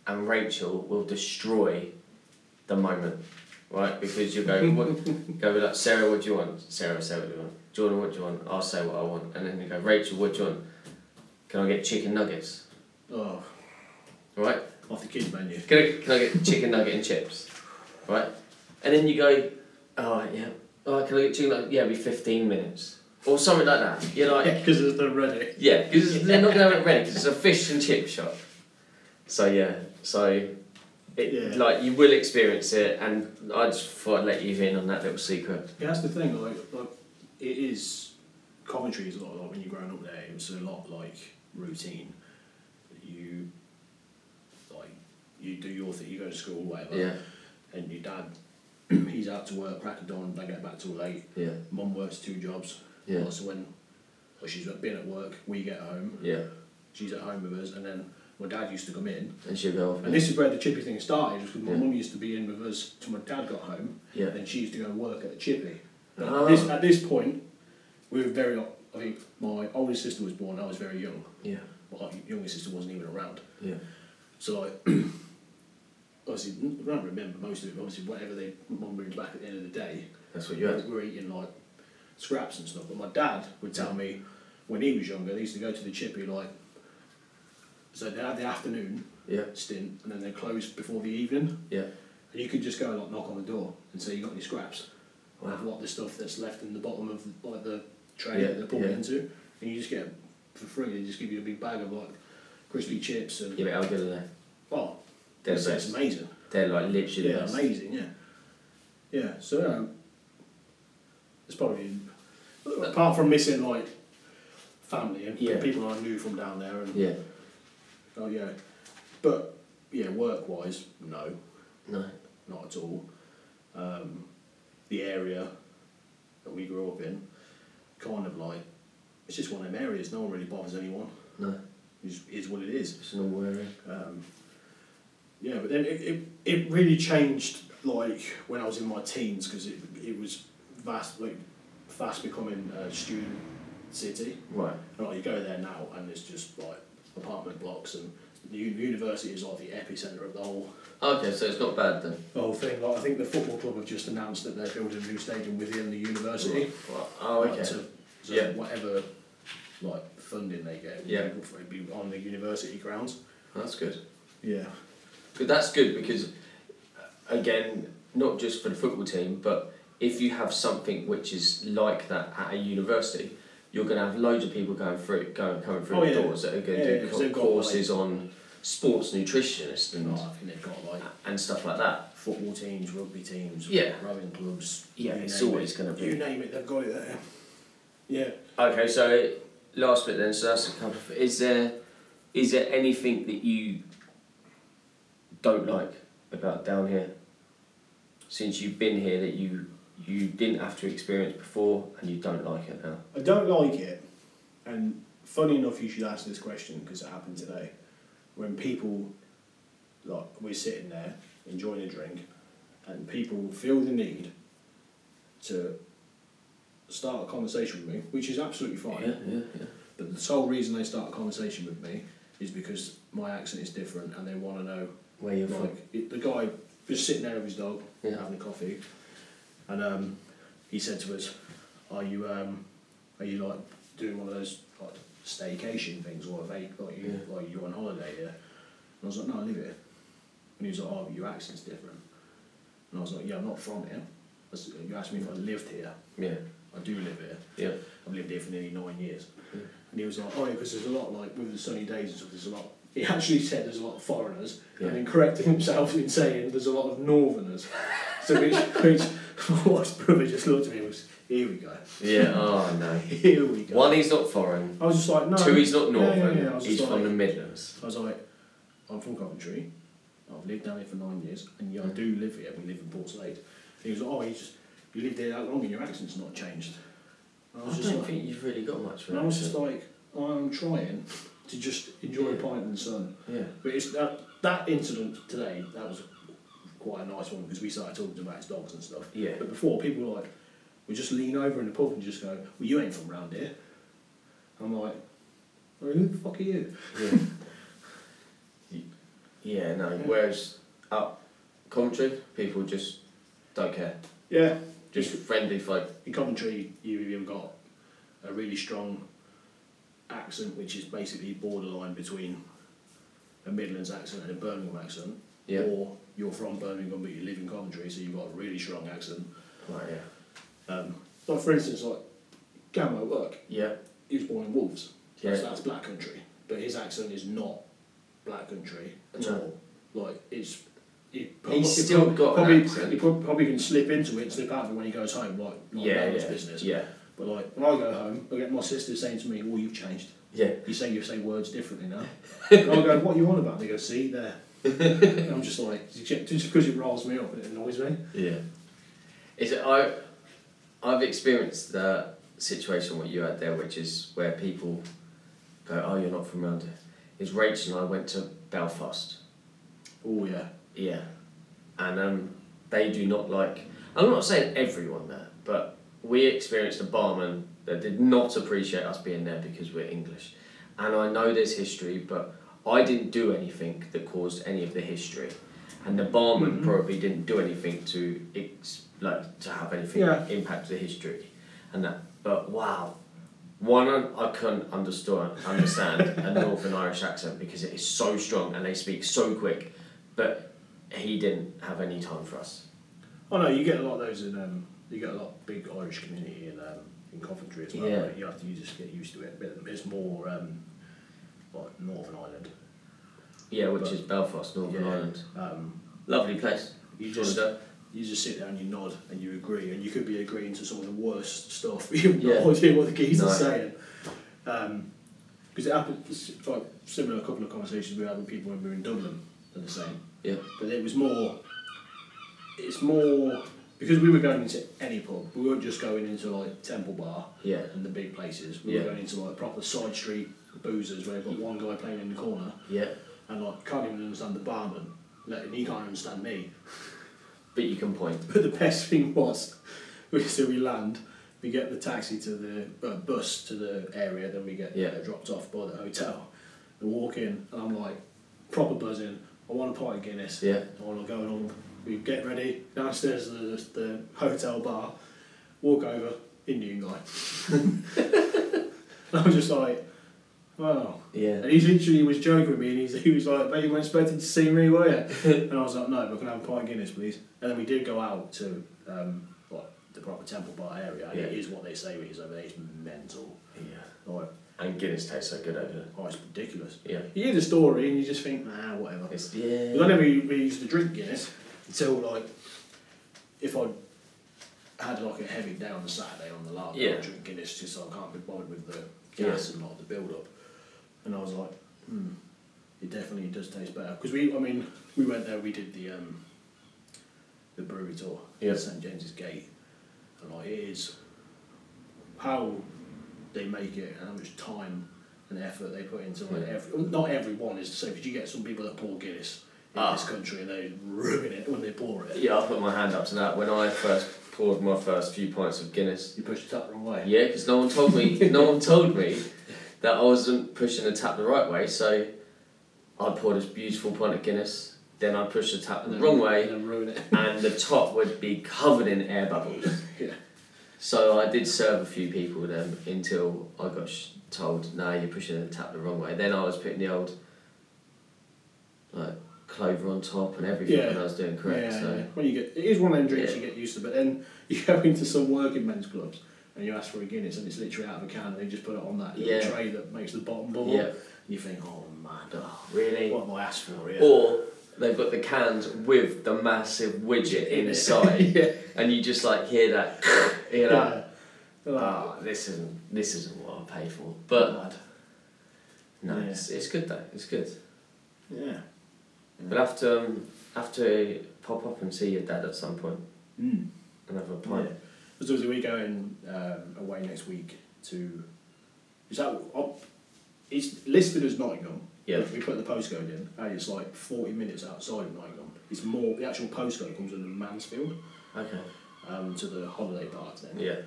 S3: and Rachel will destroy the moment, right? Because you go, what, go like Sarah, what do you want? Sarah, say what do you want? Jordan, what do you want? I'll say what I want, and then you go, Rachel, what do you want? Can I get chicken nuggets?
S2: Oh,
S3: Right?
S2: off the kids menu.
S3: Can I, can I get chicken nugget and chips? Right? And then you go, oh, yeah. Oh, can I get chicken nugget? Yeah, it'll be 15 minutes. Or something like that. You're
S2: <laughs>
S3: like,
S2: Because there's no ready.
S3: yeah, because they're not going to have it ready 'cause it's a fish and chip shop. So, yeah. So, it,
S2: Yeah.
S3: like, you will experience it, and I just thought I'd let you in on that little secret.
S2: Yeah, that's the thing. Like, like it is Coventry is a lot like when you're growing up there. It was a lot like routine. You like you do your thing. You go to school, whatever.
S3: Yeah,
S2: And your dad, <clears throat> he's out to work, crack of dawn, they get back till late.
S3: yeah,
S2: Mum works two jobs.
S3: Yeah.
S2: So when well, she's been at work, we get home.
S3: yeah.
S2: She's at home with us, and then my dad used to come in.
S3: And she'll go off.
S2: And this is where the chippy thing started, because my
S3: Yeah.
S2: mum used to be in with us till my dad got home,
S3: Yeah.
S2: and she used to go and work at a chippy. But
S3: Ah.
S2: At, this, at this point, we were very, I think my oldest sister was born, I was very young.
S3: Yeah,
S2: My youngest sister wasn't even around.
S3: yeah,
S2: So, like, <clears throat> obviously, I don't remember most of it, but obviously, whatever they mum brings back at the end of the day,
S3: that's what you had.
S2: we were eating like scraps and stuff. But my dad would tell me when he was younger, they used to go to the chippy, like, so they had the afternoon
S3: Yeah,
S2: stint and then they closed before the evening.
S3: yeah.
S2: And you could just go and like, knock on the door and say you got any scraps
S3: Wow.
S2: of what the stuff that's left in the bottom of the, like the tray
S3: Yeah,
S2: that they're pouring
S3: yeah.
S2: into, and you just get 'em for free. They just give you a big bag of like crispy chips and
S3: Yeah, but how good are they?
S2: oh,
S3: They're
S2: it's,
S3: the
S2: it's
S3: best.
S2: amazing.
S3: They're like literally
S2: Yeah,
S3: the best.
S2: amazing. Yeah, yeah. So um, it's probably apart from missing like family and
S3: Yeah.
S2: people I knew from down there and
S3: Yeah,
S2: oh yeah, but yeah, work wise, no.
S3: no.
S2: not at all. Um, the area that we grew up in, kind of like, it's just one of them areas. No one really bothers anyone.
S3: No,
S2: Is is what it is.
S3: it's not wearing.
S2: Um, yeah, but then it, it, it really changed like when I was in my teens because it it was vast like fast becoming a student city.
S3: Right.
S2: And, like you go there now and it's just like apartment blocks and the u- university is like the epicenter of the whole
S3: Okay, so it's not bad then.
S2: the whole thing. Like, I think the football club have just announced that they're building a new stadium within the university.
S3: Well, oh,
S2: Like,
S3: okay.
S2: to, so
S3: Yeah.
S2: whatever like funding they get,
S3: Yeah.
S2: it would be on the university grounds.
S3: That's good.
S2: Yeah.
S3: But that's good because, uh, again, not just for the football team, but if you have something which is like that at a university, you're going to have loads of people going through, going coming through
S2: Oh,
S3: the
S2: yeah.
S3: doors that are going
S2: Yeah,
S3: to
S2: yeah,
S3: do
S2: 'cause
S3: co-
S2: they've got,
S3: courses on sports nutritionists
S2: And
S3: and,
S2: I think they've got like
S3: and stuff like that.
S2: football teams, rugby teams,
S3: Yeah.
S2: rowing clubs.
S3: Yeah,
S2: you
S3: it's
S2: name
S3: always
S2: it.
S3: going to be.
S2: You name it, they've got it there. Yeah.
S3: Okay, so last bit then. So that's a couple of. Is there, is there anything that you don't like about down here? Since you've been here, that you you didn't have to experience before, and you don't like it now.
S2: I don't like it, and funny enough, you should ask this question because it happened today. When people, like, we're sitting there enjoying a drink, and people feel the need to start a conversation with me, which is absolutely fine.
S3: yeah, yeah.
S2: But the sole reason they start a conversation with me is because my accent is different, and they want to know
S3: Where you're
S2: like it, the guy was sitting there with his dog
S3: Yeah.
S2: having a coffee, and um, he said to us, "Are you um, are you like doing one of those like staycation things, or are they like you
S3: Yeah.
S2: like you on holiday here?" And I was like, "No, I live here." And he was like, "Oh, but your accent's different." And I was like, "Yeah, I'm not from here. I s- You asked me if I lived here.
S3: from. Yeah,
S2: I do live here.
S3: yeah,
S2: I've lived here for nearly nine years."
S3: Yeah.
S2: And he was like, "Oh, yeah, because there's a lot like with the sunny days and stuff. There's a lot." He actually said there's a lot of foreigners,
S3: Yeah.
S2: and then corrected himself in saying there's a lot of northerners. so
S3: <laughs>
S2: which, which <laughs> my brother just looked at me and was, "Here we go,
S3: yeah. Oh no.
S2: here we go."
S3: One, he's not foreign.
S2: I was just like, "No."
S3: Two, he's not
S2: Yeah, yeah,
S3: northern.
S2: yeah. I was
S3: He's
S2: just
S3: from the
S2: like,
S3: Midlands.
S2: I was like, "I'm from Coventry. I've lived down here for nine years, and
S3: Mm.
S2: yeah, I do live here. We live in Portslade." He was like, "Oh, you just you lived here that long, and your accent's not changed." And I
S3: I,
S2: was just
S3: don't
S2: like,
S3: think you've really got much. of
S2: and
S3: an
S2: I was just
S3: accent.
S2: like, "I'm trying." to just enjoy a pint in the sun.
S3: Yeah.
S2: But it's that that incident today. That was quite a nice one because we started talking about his dogs and stuff.
S3: Yeah.
S2: But before, people were like, we just lean over in the pub and just go, "Well, you ain't from round here." I'm like, well, "Who the fuck are you?"
S3: Yeah.
S4: Yeah, no. Whereas up Coventry, people just don't care.
S2: Yeah.
S4: Just friendly folk.
S2: In Coventry, you, you've got a really strong accent, which is basically borderline between a Midlands accent and a Birmingham accent.
S4: Yeah.
S2: Or you're from Birmingham but you live in Coventry, so you've got a really strong accent.
S4: Like,
S2: Um, like for instance, like Gammo Work,
S4: yeah.
S2: he was born in Wolves, so
S4: Yeah.
S2: that's Black Country, but his accent is not Black Country at
S4: No.
S2: all. Like it's. He
S4: He's still got an
S2: probably,
S4: accent.
S2: He prob- probably can slip into it and slip out of it when he goes home, like, like
S4: Yeah.
S2: no
S4: Yeah.
S2: one's
S4: Yeah.
S2: business.
S4: Yeah.
S2: But like uh, when I go home, I get my sister saying to me, "Well, you've changed.
S4: Yeah.
S2: You say you say words differently <laughs> now." and I go, "What are you on about?" And they go, "See there." and I'm just like, just because it riles me up and it annoys me.
S4: Yeah.
S3: Is it I? I've experienced the situation what you had there, which is where people go, "Oh, you're not from around here." Is Rachel and I went to Belfast.
S2: Oh yeah.
S3: Yeah, and um, they do not like. I'm not saying everyone there, but we experienced a barman that did not appreciate us being there because we're English, and I know there's history, but I didn't do anything that caused any of the history, and the barman probably didn't do anything to ex- like to have anything
S2: Yeah.
S3: impact the history, and that. But wow. One, I couldn't understand, understand a <laughs> Northern Irish accent because it is so strong and they speak so quick. But he didn't have any time for us.
S2: Oh no, you get a lot of those in. Um, you get a lot of big Irish community in um, in Coventry as well.
S3: Yeah.
S2: right? You have to you just get used to it. But it's more um, like Northern Ireland.
S3: Yeah, which is Belfast, Northern
S2: Yeah.
S3: Ireland.
S2: Um,
S3: Lovely place.
S2: you
S3: Sort of
S2: just
S3: dirt.
S2: you just sit there and you nod and you agree, and you could be agreeing to some of the worst stuff. <laughs> You have
S3: Yeah.
S2: no idea what the geese
S3: No.
S2: are saying. Because it happened, it's like similar couple of conversations we had with people when we were in Dublin are the same.
S3: Yeah.
S2: But it was more, it's more, because we were going into any pub, we weren't just going into like Temple Bar
S3: Yeah.
S2: and the big places, we
S3: Yeah.
S2: were going into like proper side street boozers where you've got one guy playing in the corner
S3: Yeah.
S2: and like can't even understand the barman, like, he can't understand me.
S3: But you can point.
S2: But the best thing was, <laughs> we, so we land, we get the taxi to the uh, bus to the area, then we get
S3: Yeah.
S2: uh, dropped off by the hotel. We walk in, and I'm like, proper buzzing. I want a pint of Guinness.
S3: Yeah.
S2: I want to go along. We get ready downstairs to the, the hotel bar. Walk over, Indian guy. <laughs> and I'm just like, wow.
S3: Yeah.
S2: And he literally was joking with me, and he's, he was like, "Mate, you weren't expecting to see me, were you?" and I was like, "No, but can I have a pint of Guinness, please?" And then we did go out to um, like the proper Temple Bar area. and It
S3: Yeah.
S2: is what they say it is over there. It's mental.
S3: Yeah.
S2: Like,
S3: And Guinness tastes so good over there.
S2: oh, it's ridiculous.
S3: Yeah.
S2: You hear the story, and you just think, "Nah, whatever."
S3: It's
S2: Because I
S3: yeah.
S2: never u- really used to drink Guinness until like if I had like a heavy day on the Saturday on the lab,
S3: Yeah.
S2: I'd drink Guinness just so I can't be bothered with the gas and like the build up. And I was like, hmm, it definitely does taste better. Because we, I mean, we went there, we did the um, the brewery tour
S3: Yeah.
S2: at St James's Gate, and like it is how they make it and how much time and effort they put into it.
S3: Yeah.
S2: Every, not everyone is the same because you get some people that pour Guinness in
S3: Ah.
S2: this country and they ruin it when they pour it.
S3: Yeah, I'll put my hand up to that. When I first poured my first few pints of Guinness,
S2: You push the tap the wrong way.
S3: Yeah, because no one told me. no one told me that I wasn't pushing the tap the right way. So I poured this beautiful pint of Guinness. Then I pushed the tap
S2: And
S3: the
S2: then-
S3: wrong way,
S2: And then ruin it.
S3: and the top would be covered in air bubbles.
S2: <laughs> yeah.
S3: So I did serve a few people then until I got sh- told, "No, you're pushing the tap the wrong way." Then I was putting the old like clover on top and everything,
S2: Yeah.
S3: and I was doing correct.
S2: yeah,
S3: so
S2: yeah. When you get, it is one of them drinks
S3: Yeah.
S2: you get used to, but then <laughs> you go into some working men's clubs and you ask for a Guinness and it's literally out of a can and they just put it on that little
S3: Yeah.
S2: tray that makes the bottom bubble.
S3: Yeah.
S2: You think, oh man,
S3: Oh, really.
S2: what have I asked for here?
S3: Or they've got the cans with the massive widget inside,
S2: <laughs> Yeah.
S3: and you just like hear that, <laughs> you
S2: yeah.
S3: know,
S2: Ah,
S3: ah, this isn't this isn't what I paid for. But
S2: mad.
S3: no,
S2: Yeah.
S3: it's, it's good though. It's good.
S2: Yeah.
S3: But have to um, have to pop up and see your dad at some point
S2: Mm.
S3: and have a
S2: Yeah.
S3: pint.
S2: So we're going um, away next week to. Is that oh, it's listed as Nottingham.
S3: Yeah.
S2: We put the postcode in, and it's like forty minutes outside of Nottingham. It's more the actual postcode comes under Mansfield
S3: Okay.
S2: um, to the holiday park then,
S3: Yeah.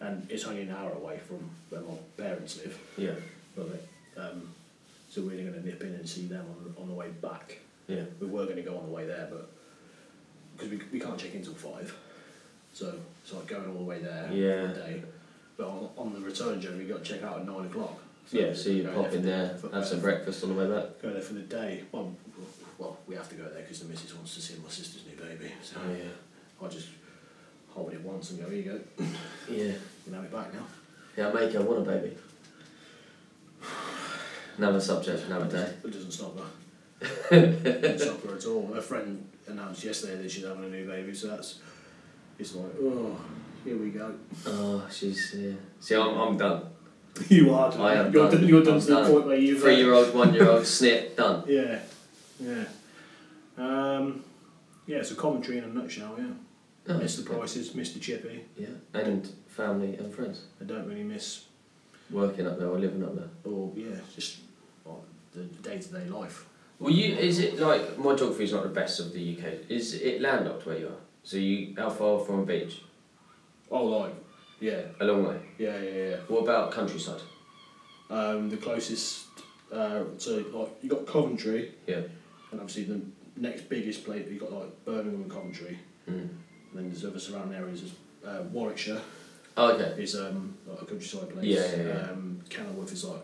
S2: and it's only an hour away from where my parents live.
S3: Yeah.
S2: Love it. Um, so we're going to nip in and see them on, on the way back.
S3: Yeah.
S2: We were going to go on the way there, but because we, we can't check in till five, so it's like going all the way there
S3: Yeah.
S2: for a day. But on, on the return journey, we got to check out at nine o'clock.
S3: Yeah, so you
S2: we're going
S3: pop in
S2: for-
S3: there,
S2: for- uh,
S3: have some breakfast on the way back.
S2: Go there for the day. Well, well, we have to go there because the missus wants to see my sister's new baby. So I just hold it once and go, here you go, you
S3: Yeah.
S2: can have it back now.
S3: Yeah, make her want a baby. Another subject, another day.
S2: It doesn't stop her. it doesn't stop her at all. Her friend announced yesterday that she's having a new baby, so that's it's like, oh, here we go.
S3: Oh, she's yeah. See, I'm, I'm done.
S2: you are done.
S3: I am
S2: you're
S3: done.
S2: done. You're done
S3: I'm
S2: to the
S3: done.
S2: point where you've uh,
S3: Three year
S2: <laughs>
S3: old, one year old, snip, done.
S2: Yeah, yeah, um, yeah. It's a commentary in a nutshell. Yeah,
S3: Oh,
S2: miss the prices, miss the chippy.
S3: Yeah, and family and friends.
S2: I don't really miss,
S3: Working up there or living up there.
S2: or yeah, just like, the day to day life.
S3: Well, you is it like my geography is not the best of the UK. Is it landlocked where you are? So you how far from a beach?
S2: Oh, like yeah,
S3: A long way.
S2: yeah, yeah, yeah.
S3: What about countryside?
S2: Um, the closest uh, to like you got Coventry.
S3: Yeah.
S2: and obviously the next biggest place you've got like Birmingham and Coventry,
S3: Mm.
S2: and then there's other surrounding areas. Is, uh, Warwickshire
S3: Oh, okay.
S2: is um, like a countryside place.
S3: Yeah, yeah, yeah.
S2: Um, Kenilworth is like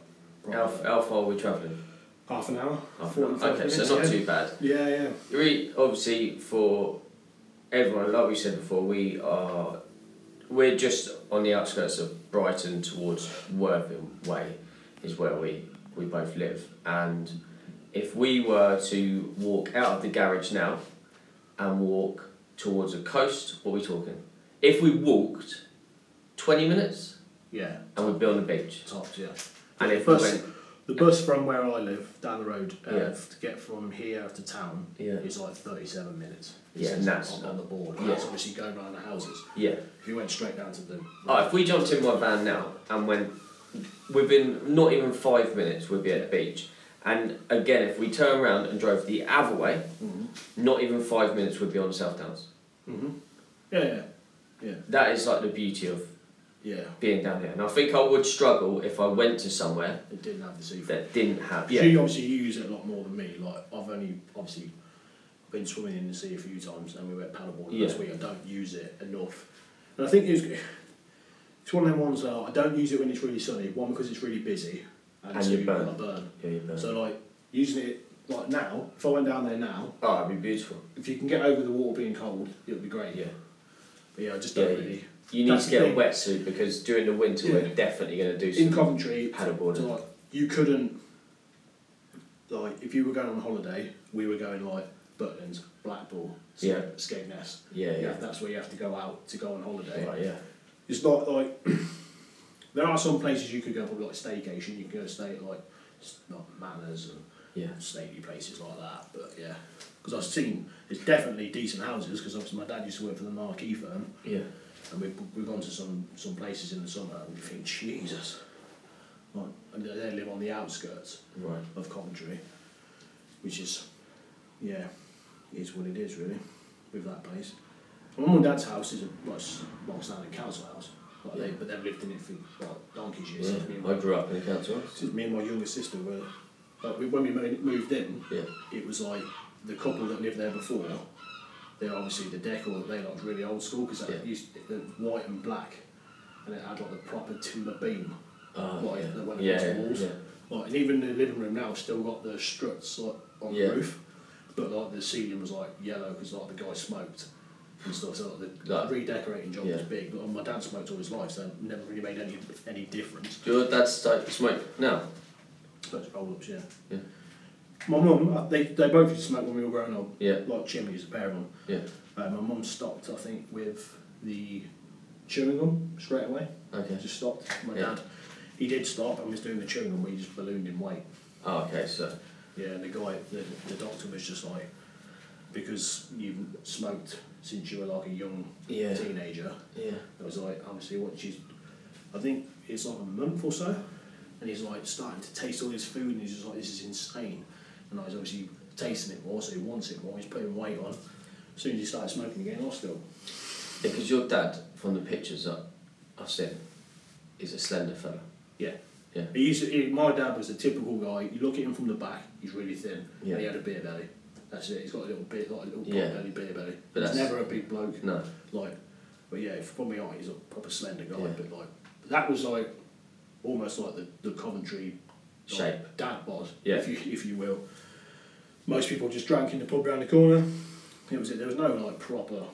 S3: How,
S2: proper-
S3: how far are we travelling?
S2: half an hour.
S3: Half an hour.
S2: 45
S3: Okay, so
S2: minutes,
S3: not
S2: yeah.
S3: too bad.
S2: Yeah, yeah,
S3: We obviously for everyone, like we said before, we are we're just on the outskirts of Brighton towards Worthing Way is where we we both live. And if we were to walk out of the garage now and walk towards a coast, what are we talking? If we walked twenty minutes
S2: yeah.
S3: and we'd be on the beach.
S2: Tops, yeah.
S3: And if we
S2: bus,
S3: went
S2: the bus from where I live down the road uh,
S3: Yeah.
S2: to get from here to town
S3: Yeah.
S2: is like thirty-seven minutes. It
S3: Yeah,
S2: says
S3: and that's-
S2: on, on the board.
S3: yeah.
S2: That's obviously going around the houses.
S3: yeah.
S2: If you went straight down to the
S3: Oh, if we jumped in my van now and went within not even five minutes, we'd be at the beach. And again, if we turn around and drove the other way, not even five minutes, we'd be on South Downs.
S2: yeah, yeah, yeah,
S3: That is like the beauty of
S2: yeah.
S3: being down here. And I think I would struggle if I went to somewhere
S2: It didn't have the seafood.
S3: that didn't have.
S2: You
S3: Yeah.
S2: obviously use it a lot more than me. Like I've only obviously been swimming in the sea a few times, and we went paddleboarding last
S3: Yeah.
S2: week. I don't use it enough, and I think it's it's one of them ones that I don't use it when it's really sunny. One because it's really busy, and,
S3: And
S2: two,
S3: you burn.
S2: I burn.
S3: Yeah, you know.
S2: So like using it like now, if I went down there now,
S3: oh, it'd be beautiful.
S2: if you can get over the water being cold, it would be great.
S3: Yeah.
S2: but yeah, I just
S3: Yeah,
S2: don't
S3: you,
S2: really.
S3: you need
S2: That's
S3: to
S2: the
S3: get a
S2: thing.
S3: wetsuit because during the winter
S2: Yeah.
S3: we're definitely going to do
S2: in
S3: some.
S2: Coventry,
S3: paddleboarding.
S2: so, like, you couldn't like if you were going on holiday, we were going like Butlins, Blackpool, Sk-
S3: Yeah.
S2: Skegness.
S3: Yeah, yeah.
S2: that's where you have to go out to go on holiday.
S3: Right, yeah.
S2: It's not like <clears throat> there are some places you could go, probably like staycation. You can go stay at like s- not manors and
S3: Yeah.
S2: stately places like that. But yeah, because I've seen there's definitely decent houses. Because obviously my dad used to work for the marquee firm,
S3: Yeah.
S2: and we've, we've gone to some, some places in the summer and you think, Jesus. Like, and they they live on the outskirts
S3: Right.
S2: of Coventry, which is, yeah, is what it is really with that place. My mum and dad's house is a well, s- long-standing council house, like they, but they've lived in it for like, donkey's years.
S3: Yeah.
S2: Since, me and
S3: I
S2: my,
S3: grew up in a council house.
S2: since me and my younger sister were, like, we- when we mo- moved in,
S3: Yeah.
S2: it was like the couple that lived there before. They obviously the decor that they looked really old school because
S3: Yeah.
S2: it used it was white and black, and it had like the proper timber beam,
S3: Oh,
S2: like
S3: yeah.
S2: that went
S3: Yeah,
S2: across the
S3: yeah,
S2: walls. Like, and even the living room now still got the struts like on
S3: Yeah.
S2: the roof, but like the ceiling was like yellow because like the guy smoked. And stuff, so like, the
S3: Like-
S2: redecorating job was
S3: yeah.
S2: big. But my dad smoked all his life, so it never really made any any difference.
S3: Your dad's like smoke now.
S2: Smokes roll ups, yeah.
S3: Yeah.
S2: My mum, uh, they, they both used to smoke when we were growing up.
S3: Yeah.
S2: Like chimneys, a pair of them.
S3: Yeah.
S2: Uh, my mum stopped, I think, with the chewing gum straight away.
S3: Okay.
S2: Just stopped. My
S3: Yeah.
S2: dad, he did stop and was doing the chewing gum, we just ballooned in weight.
S3: Oh, okay. So
S2: Yeah, and the guy, the, the doctor was just like, because you've smoked since you were like a young
S3: Yeah.
S2: teenager,
S3: yeah.
S2: "Oh, it was like, obviously, what she's, I think it's like a month or so, and he's like starting to taste all his food, and he's just like, this is insane. And I was obviously tasting it more, so he wants it more. He's putting weight on. As soon as he started smoking again, I was still.
S3: Because your dad, from the pictures that I've seen, is a slender fella.
S2: Yeah.
S3: Yeah.
S2: He used to, he, my dad was the typical guy. You look at him from the back, he's really thin.
S3: Yeah.
S2: And he had a beer belly. That's it. He's got a little bit, like a little pot
S3: Yeah.
S2: belly, beer belly.
S3: But
S2: he's
S3: that's-
S2: never a big bloke.
S3: No.
S2: Like, but yeah, from my eye, he's a proper slender guy.
S3: Yeah.
S2: But like, that was like almost like the, the Coventry like,
S3: Shape.
S2: Dad was,
S3: Yeah.
S2: if you if you will. Most people just drank in the pub round the corner. It was it. There was no like proper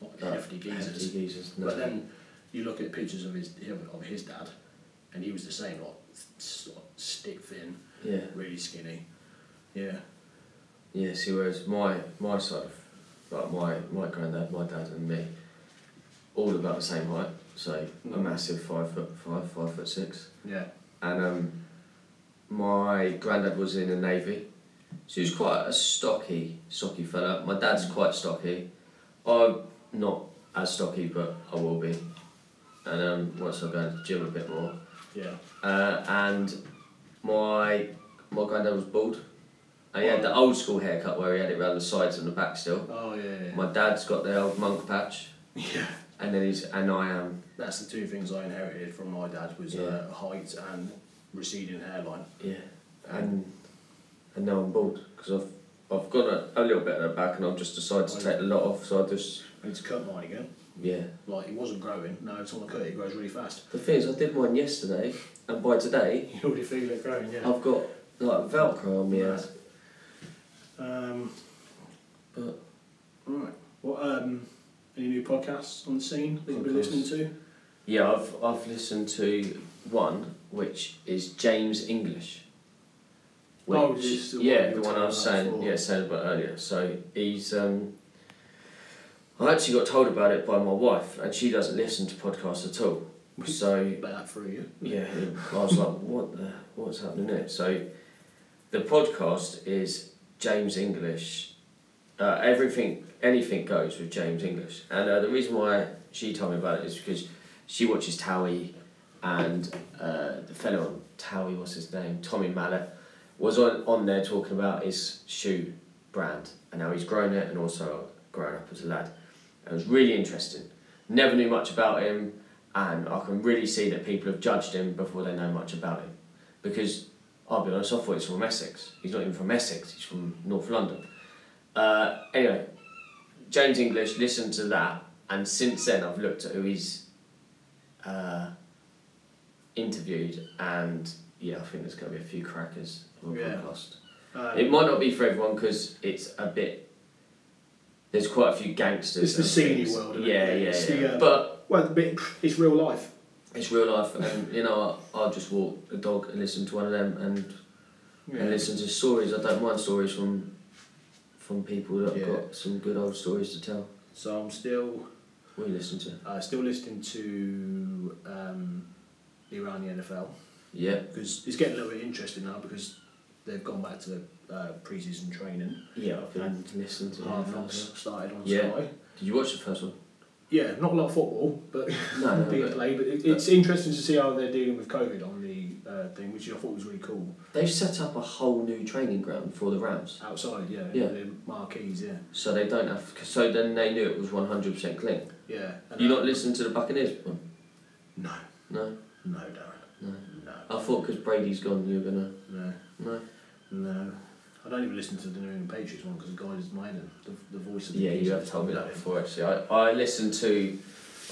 S2: like,
S3: No,
S2: hefty geezers.
S3: hefty geezers, no.
S2: But then you look at pictures of his of his dad, and he was the same like, s- like stick thin,
S3: Yeah.
S2: really skinny. Yeah.
S3: Yeah, see, whereas my my side, of- like my my granddad, my dad, and me, all about the same height. So a massive five foot five, five foot six,
S2: Yeah.
S3: and um, my granddad was in the navy, so he was quite a stocky, stocky fella. My
S2: Mm.
S3: dad's quite stocky. I'm not as stocky, but I will be. And um, once I go to the gym a bit more,
S2: Yeah.
S3: uh, and my my granddad was bald. And he had the old school haircut where he had it round the sides and the back still.
S2: Oh yeah. yeah.
S3: My dad's got the old monk patch,
S2: <laughs> yeah.
S3: and then he's and I am
S2: That's the two things I inherited from my dad was uh, height and receding hairline.
S3: yeah, and and now I'm bald because I've I've got a, a little bit of the back and I've just decided to take the lot off. So I just
S2: I need to cut mine again.
S3: yeah.
S2: Like it wasn't growing. Now it's on the cut. It grows really fast. <laughs>
S3: The thing is, I did mine yesterday, and by today
S2: You already feel it growing, yeah.
S3: I've got like Velcro on my ass.
S2: Um,
S3: But
S2: all right. Well, um, any new podcasts on the scene that you've been
S3: Podcasts.
S2: listening to?
S3: yeah, I've I've listened to one which is James English. Which,
S2: Oh, this is the one
S3: yeah,
S2: you were
S3: the one I was
S2: telling
S3: saying,
S2: about
S3: yeah, saying about earlier. So he's. Um, I actually got told about it by my wife, and she doesn't listen to podcasts at all. So
S2: About that for you.
S3: yeah, I was like, what the what's happening here? So the podcast is James English. Uh, everything, anything goes with James English, and uh, the reason why she told me about it is because she watches Towie, and uh, the fellow on Towie, what's his name, Tommy Mallet, was on, on there talking about his shoe brand and how he's grown it and also grown up as a lad. It was really interesting. Never knew much about him, and I can really see that people have judged him before they know much about him. Because I'll be honest, I thought he's from Essex. He's not even from Essex, he's from North London. Uh, anyway, James English listened to that, and since then I've looked at who he's uh, interviewed, and yeah, I think there's going to be a few crackers on the
S2: Yeah.
S3: podcast.
S2: Um,
S3: It might not be for everyone because it's a bit. There's quite a few gangsters.
S2: It's the
S3: and
S2: senior
S3: things.
S2: world, isn't it?
S3: Yeah, yeah,
S2: It's
S3: yeah.
S2: the, um,
S3: but
S2: well, the bit, it's real life.
S3: it's real life, and you know, I- I'll just walk the dog and listen to one of them and, and listen to stories. I don't mind stories from from people that
S2: Yeah.
S3: have got some good old stories to tell.
S2: So I'm still
S3: We listen to.
S2: uh, still listening to um, the Iranian NFL
S3: Yeah,
S2: because it's getting a little bit interesting now because they've gone back to the uh, pre-season training.
S3: yeah. I've been
S2: And
S3: listening to.
S2: Hard
S3: them.
S2: Knocks started on
S3: Yeah.
S2: Sky.
S3: Did you watch the <laughs> first one?
S2: Yeah, not a lot of football, but <laughs>
S3: No, no,
S2: being
S3: but-
S2: played. But it, it's interesting to see how they're dealing with COVID on the uh, thing, which I thought was really cool.
S3: They've set up a whole new training ground for the Rams,
S2: Outside, yeah,
S3: Yeah.
S2: the marquees, yeah,
S3: so they don't have. So then they knew it was one hundred percent clean.
S2: yeah. And
S3: You
S2: that-
S3: not listening to the Buccaneers one?
S2: No,
S3: No,
S2: no, Darren,
S3: no.
S2: no,
S3: I thought because Brady's gone, you're gonna.
S2: no,
S3: No.
S2: no. uh, I don't even listen to the New England Patriots one because the guy is mine, the, the voice of the
S3: Yeah, you
S2: geezer.
S3: have told me that before. Actually, I I listen to.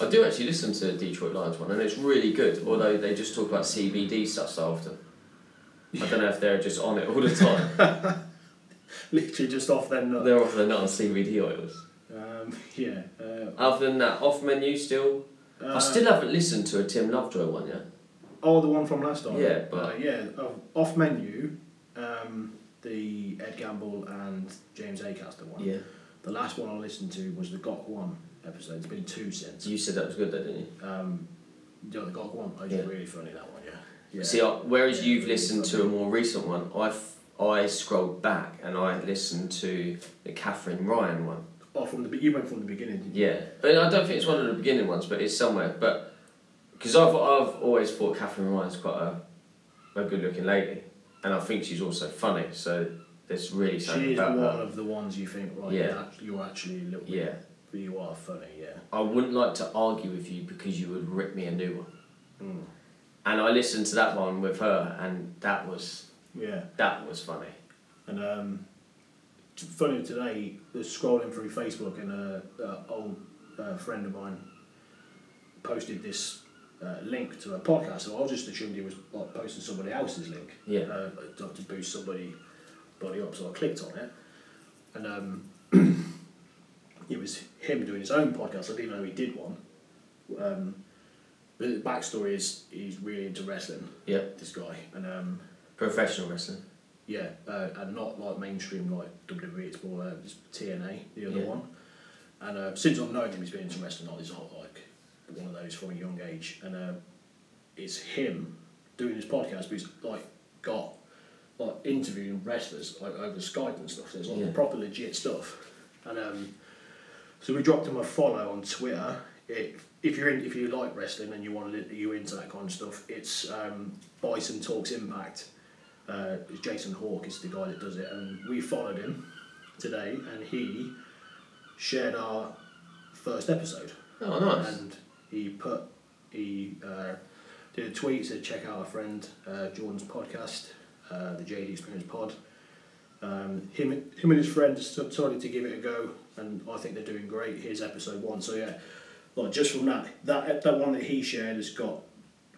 S3: I do actually listen to the Detroit Lions one, and it's really good. Although they just talk about CBD stuff so often. I don't know if they're just on it all the <laughs> time.
S2: Literally just off their nut.
S3: they're often not on CBD oils.
S2: Um, <laughs> yeah. Uh,
S3: Other than that, off menu still. I
S2: uh,
S3: still haven't listened to a Tim Lovejoy one yet.
S2: Oh, the one from last time.
S3: Yeah, but-
S2: uh, yeah, oh, off menu. Um, the Ed Gamble and James Acaster one.
S3: Yeah.
S2: The last one I listened to was the Gok One episode. It's been two since.
S3: You said that was good, though, didn't you?
S2: Um, yeah, the Gok One. Oh, it's
S3: Yeah.
S2: really funny that one. Yeah. Yeah.
S3: See, I, whereas
S2: Yeah,
S3: you've
S2: really
S3: listened to a
S2: funny.
S3: more recent one, I f- I scrolled back and I listened to the Catherine Ryan one.
S2: Oh, from the be- you went from the beginning. Didn't you?
S3: Yeah, but I don't think it's one of the beginning ones, but it's somewhere. But because I've I've always thought Catherine Ryan's quite a a good looking lady. And I think she's also funny, so there's really something
S2: She is
S3: about
S2: one
S3: her.
S2: of the ones you think, right,
S3: Yeah.
S2: you're act- you're actually a little
S3: Yeah.
S2: bit, you are funny, yeah.
S3: I wouldn't like to argue with you because you would rip me a new one. And I listened to that one with her, and that was
S2: Yeah.
S3: that was funny.
S2: And um, t- funny today, I was scrolling through Facebook, and a, a old uh, friend of mine posted this uh, link to a podcast. So I just assumed he was like posting somebody else's link,
S3: Yeah.
S2: uh, to, to boost somebody body up. So I clicked on it, and um, <clears throat> it was him doing his own podcast. I didn't know he did one. Um, but the backstory is he's really into wrestling.
S3: Yeah,
S2: This guy, and um,
S3: professional wrestling.
S2: yeah, uh, and not like mainstream like WWE. It's more uh, it's TNA, the other
S3: Yeah.
S2: one. And uh, since I've known him, he's been into wrestling. Like, he's not like one of those from a young age. And uh, it's him doing his podcast, but he's like got like interviewing wrestlers like over Skype and stuff. So it's like
S3: Yeah.
S2: proper legit stuff. And um, so we dropped him a follow on Twitter. If if you're in, if you like wrestling and you want to, you into that kind of stuff, it's um, Bison Talks Impact. Uh, it's Jason Hawke is the guy that does it, and we followed him today, and he shared our first episode.
S3: Oh, nice.
S2: And he put he uh, did a tweet said check out our friend uh, Jordan's podcast, uh, the JD Experience Pod. Um, him, him and his friend decided to give it a go, and I think they're doing great. Here's episode one. So yeah, like just from that, that that one that he shared has got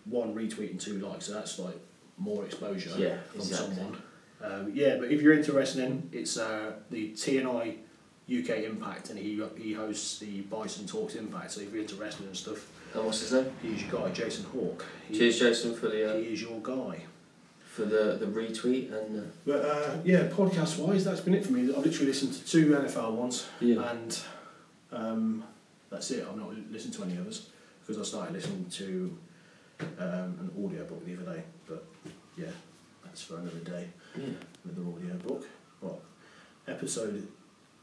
S2: one retweet and two likes. So that's like more exposure
S3: Yeah,
S2: from
S3: exactly.
S2: someone. Um, yeah, but if you're into wrestling, it's uh, the TNI UK Impact, and he he hosts the Bison Talks Impact. So if you're into wrestling and stuff,
S3: And Oh, what's his name?
S2: he's your guy, Jason Hawke. He,
S3: Cheers, Jason, for
S2: He
S3: the uh,
S2: is your guy.
S3: for the, the retweet and. Uh,
S2: But uh, yeah, podcast wise, that's been it for me. I've literally listened to two NFL ones,
S3: Yeah.
S2: and um, that's it. I've not li- listened to any others because I started listening to um, an audio book the other day. But yeah, that's for another day.
S3: yeah.
S2: Another audio book. Well, episode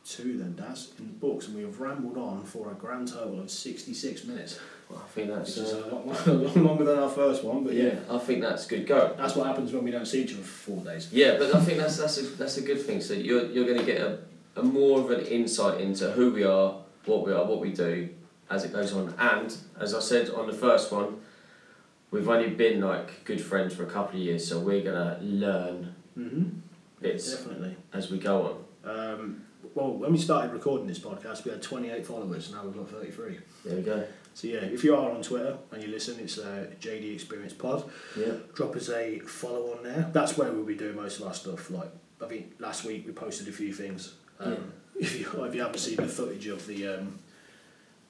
S2: two then, Daz, in books, and we have rambled on for a grand total of sixty-six minutes,
S3: Well, I think that's.
S2: which is
S3: Uh,
S2: a lot, a lot longer <laughs> than our first one. But yeah.
S3: yeah, I think that's good going.
S2: that's what happens when we don't see each other for four days.
S3: Yeah, but I think that's that's a that's a good thing. So you're you're going to get a, a more of an insight into who we are, what we are, what we do, as it goes on. And as I said on the first one, we've only been like good friends for a couple of years, so we're gonna learn
S2: Mm-hmm.
S3: bits
S2: Definitely.
S3: as we go on.
S2: Um, well, when we started recording this podcast, we had 28 followers, now we've got 33.
S3: There we go.
S2: So, yeah, if you are on Twitter and you listen, it's uh, JD Experience Pod.
S3: Yeah.
S2: Drop us a follow on there. That's where we'll be doing most of our stuff. Like, I think last week we posted a few things. Um, <laughs> if, you, if you haven't seen the footage of the um,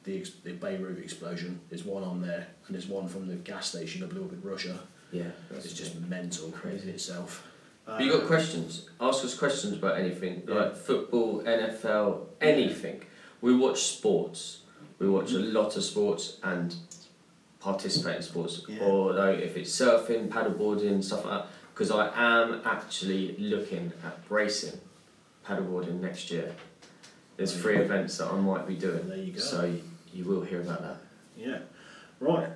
S2: the, ex- the Beirut explosion, there's one on there, and there's one from the gas station up a little bit Russia.
S3: Yeah. That's
S2: It's just mental, crazy itself.
S3: But you got questions? Ask us questions about anything,
S2: Yeah.
S3: like football, NFL, anything. We watch sports. We watch a lot of sports and participate in sports.
S2: Yeah.
S3: Or though if it's surfing, paddleboarding, stuff like that. Because I am actually looking at racing, paddleboarding next year. There's three events that I might be doing.
S2: There you go.
S3: So you will hear about that.
S2: Yeah. Right.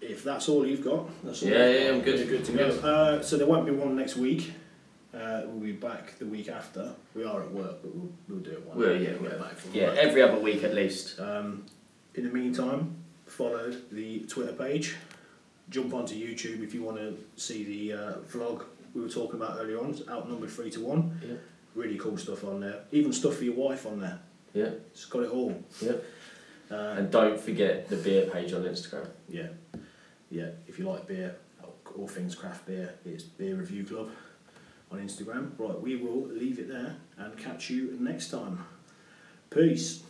S2: If that's all you've got, that's all.
S3: Yeah,
S2: I've
S3: yeah,
S2: got.
S3: I'm good.
S2: You're good to
S3: I'm
S2: go.
S3: good.
S2: Uh, so there won't be one next week. Uh, we'll be back the week after. We are at work, but we'll, we'll do it one.
S3: Well,
S2: day
S3: yeah,
S2: when we're
S3: yeah.
S2: back from
S3: Yeah,
S2: work.
S3: every other week at least.
S2: Um, in the meantime, follow the Twitter page. Jump onto YouTube if you want to see the uh, vlog we were talking about earlier on. It's outnumbered three to one.
S3: Yeah.
S2: Really cool stuff on there. Even stuff for your wife on there.
S3: Yeah,
S2: It's got it all.
S3: yeah.
S2: Uh,
S3: And don't forget the beer page on Instagram.
S2: Yeah, yeah. If you like beer, all things craft beer, it's Beer Review Club on Instagram. Right, we will leave it there and catch you next time. Peace.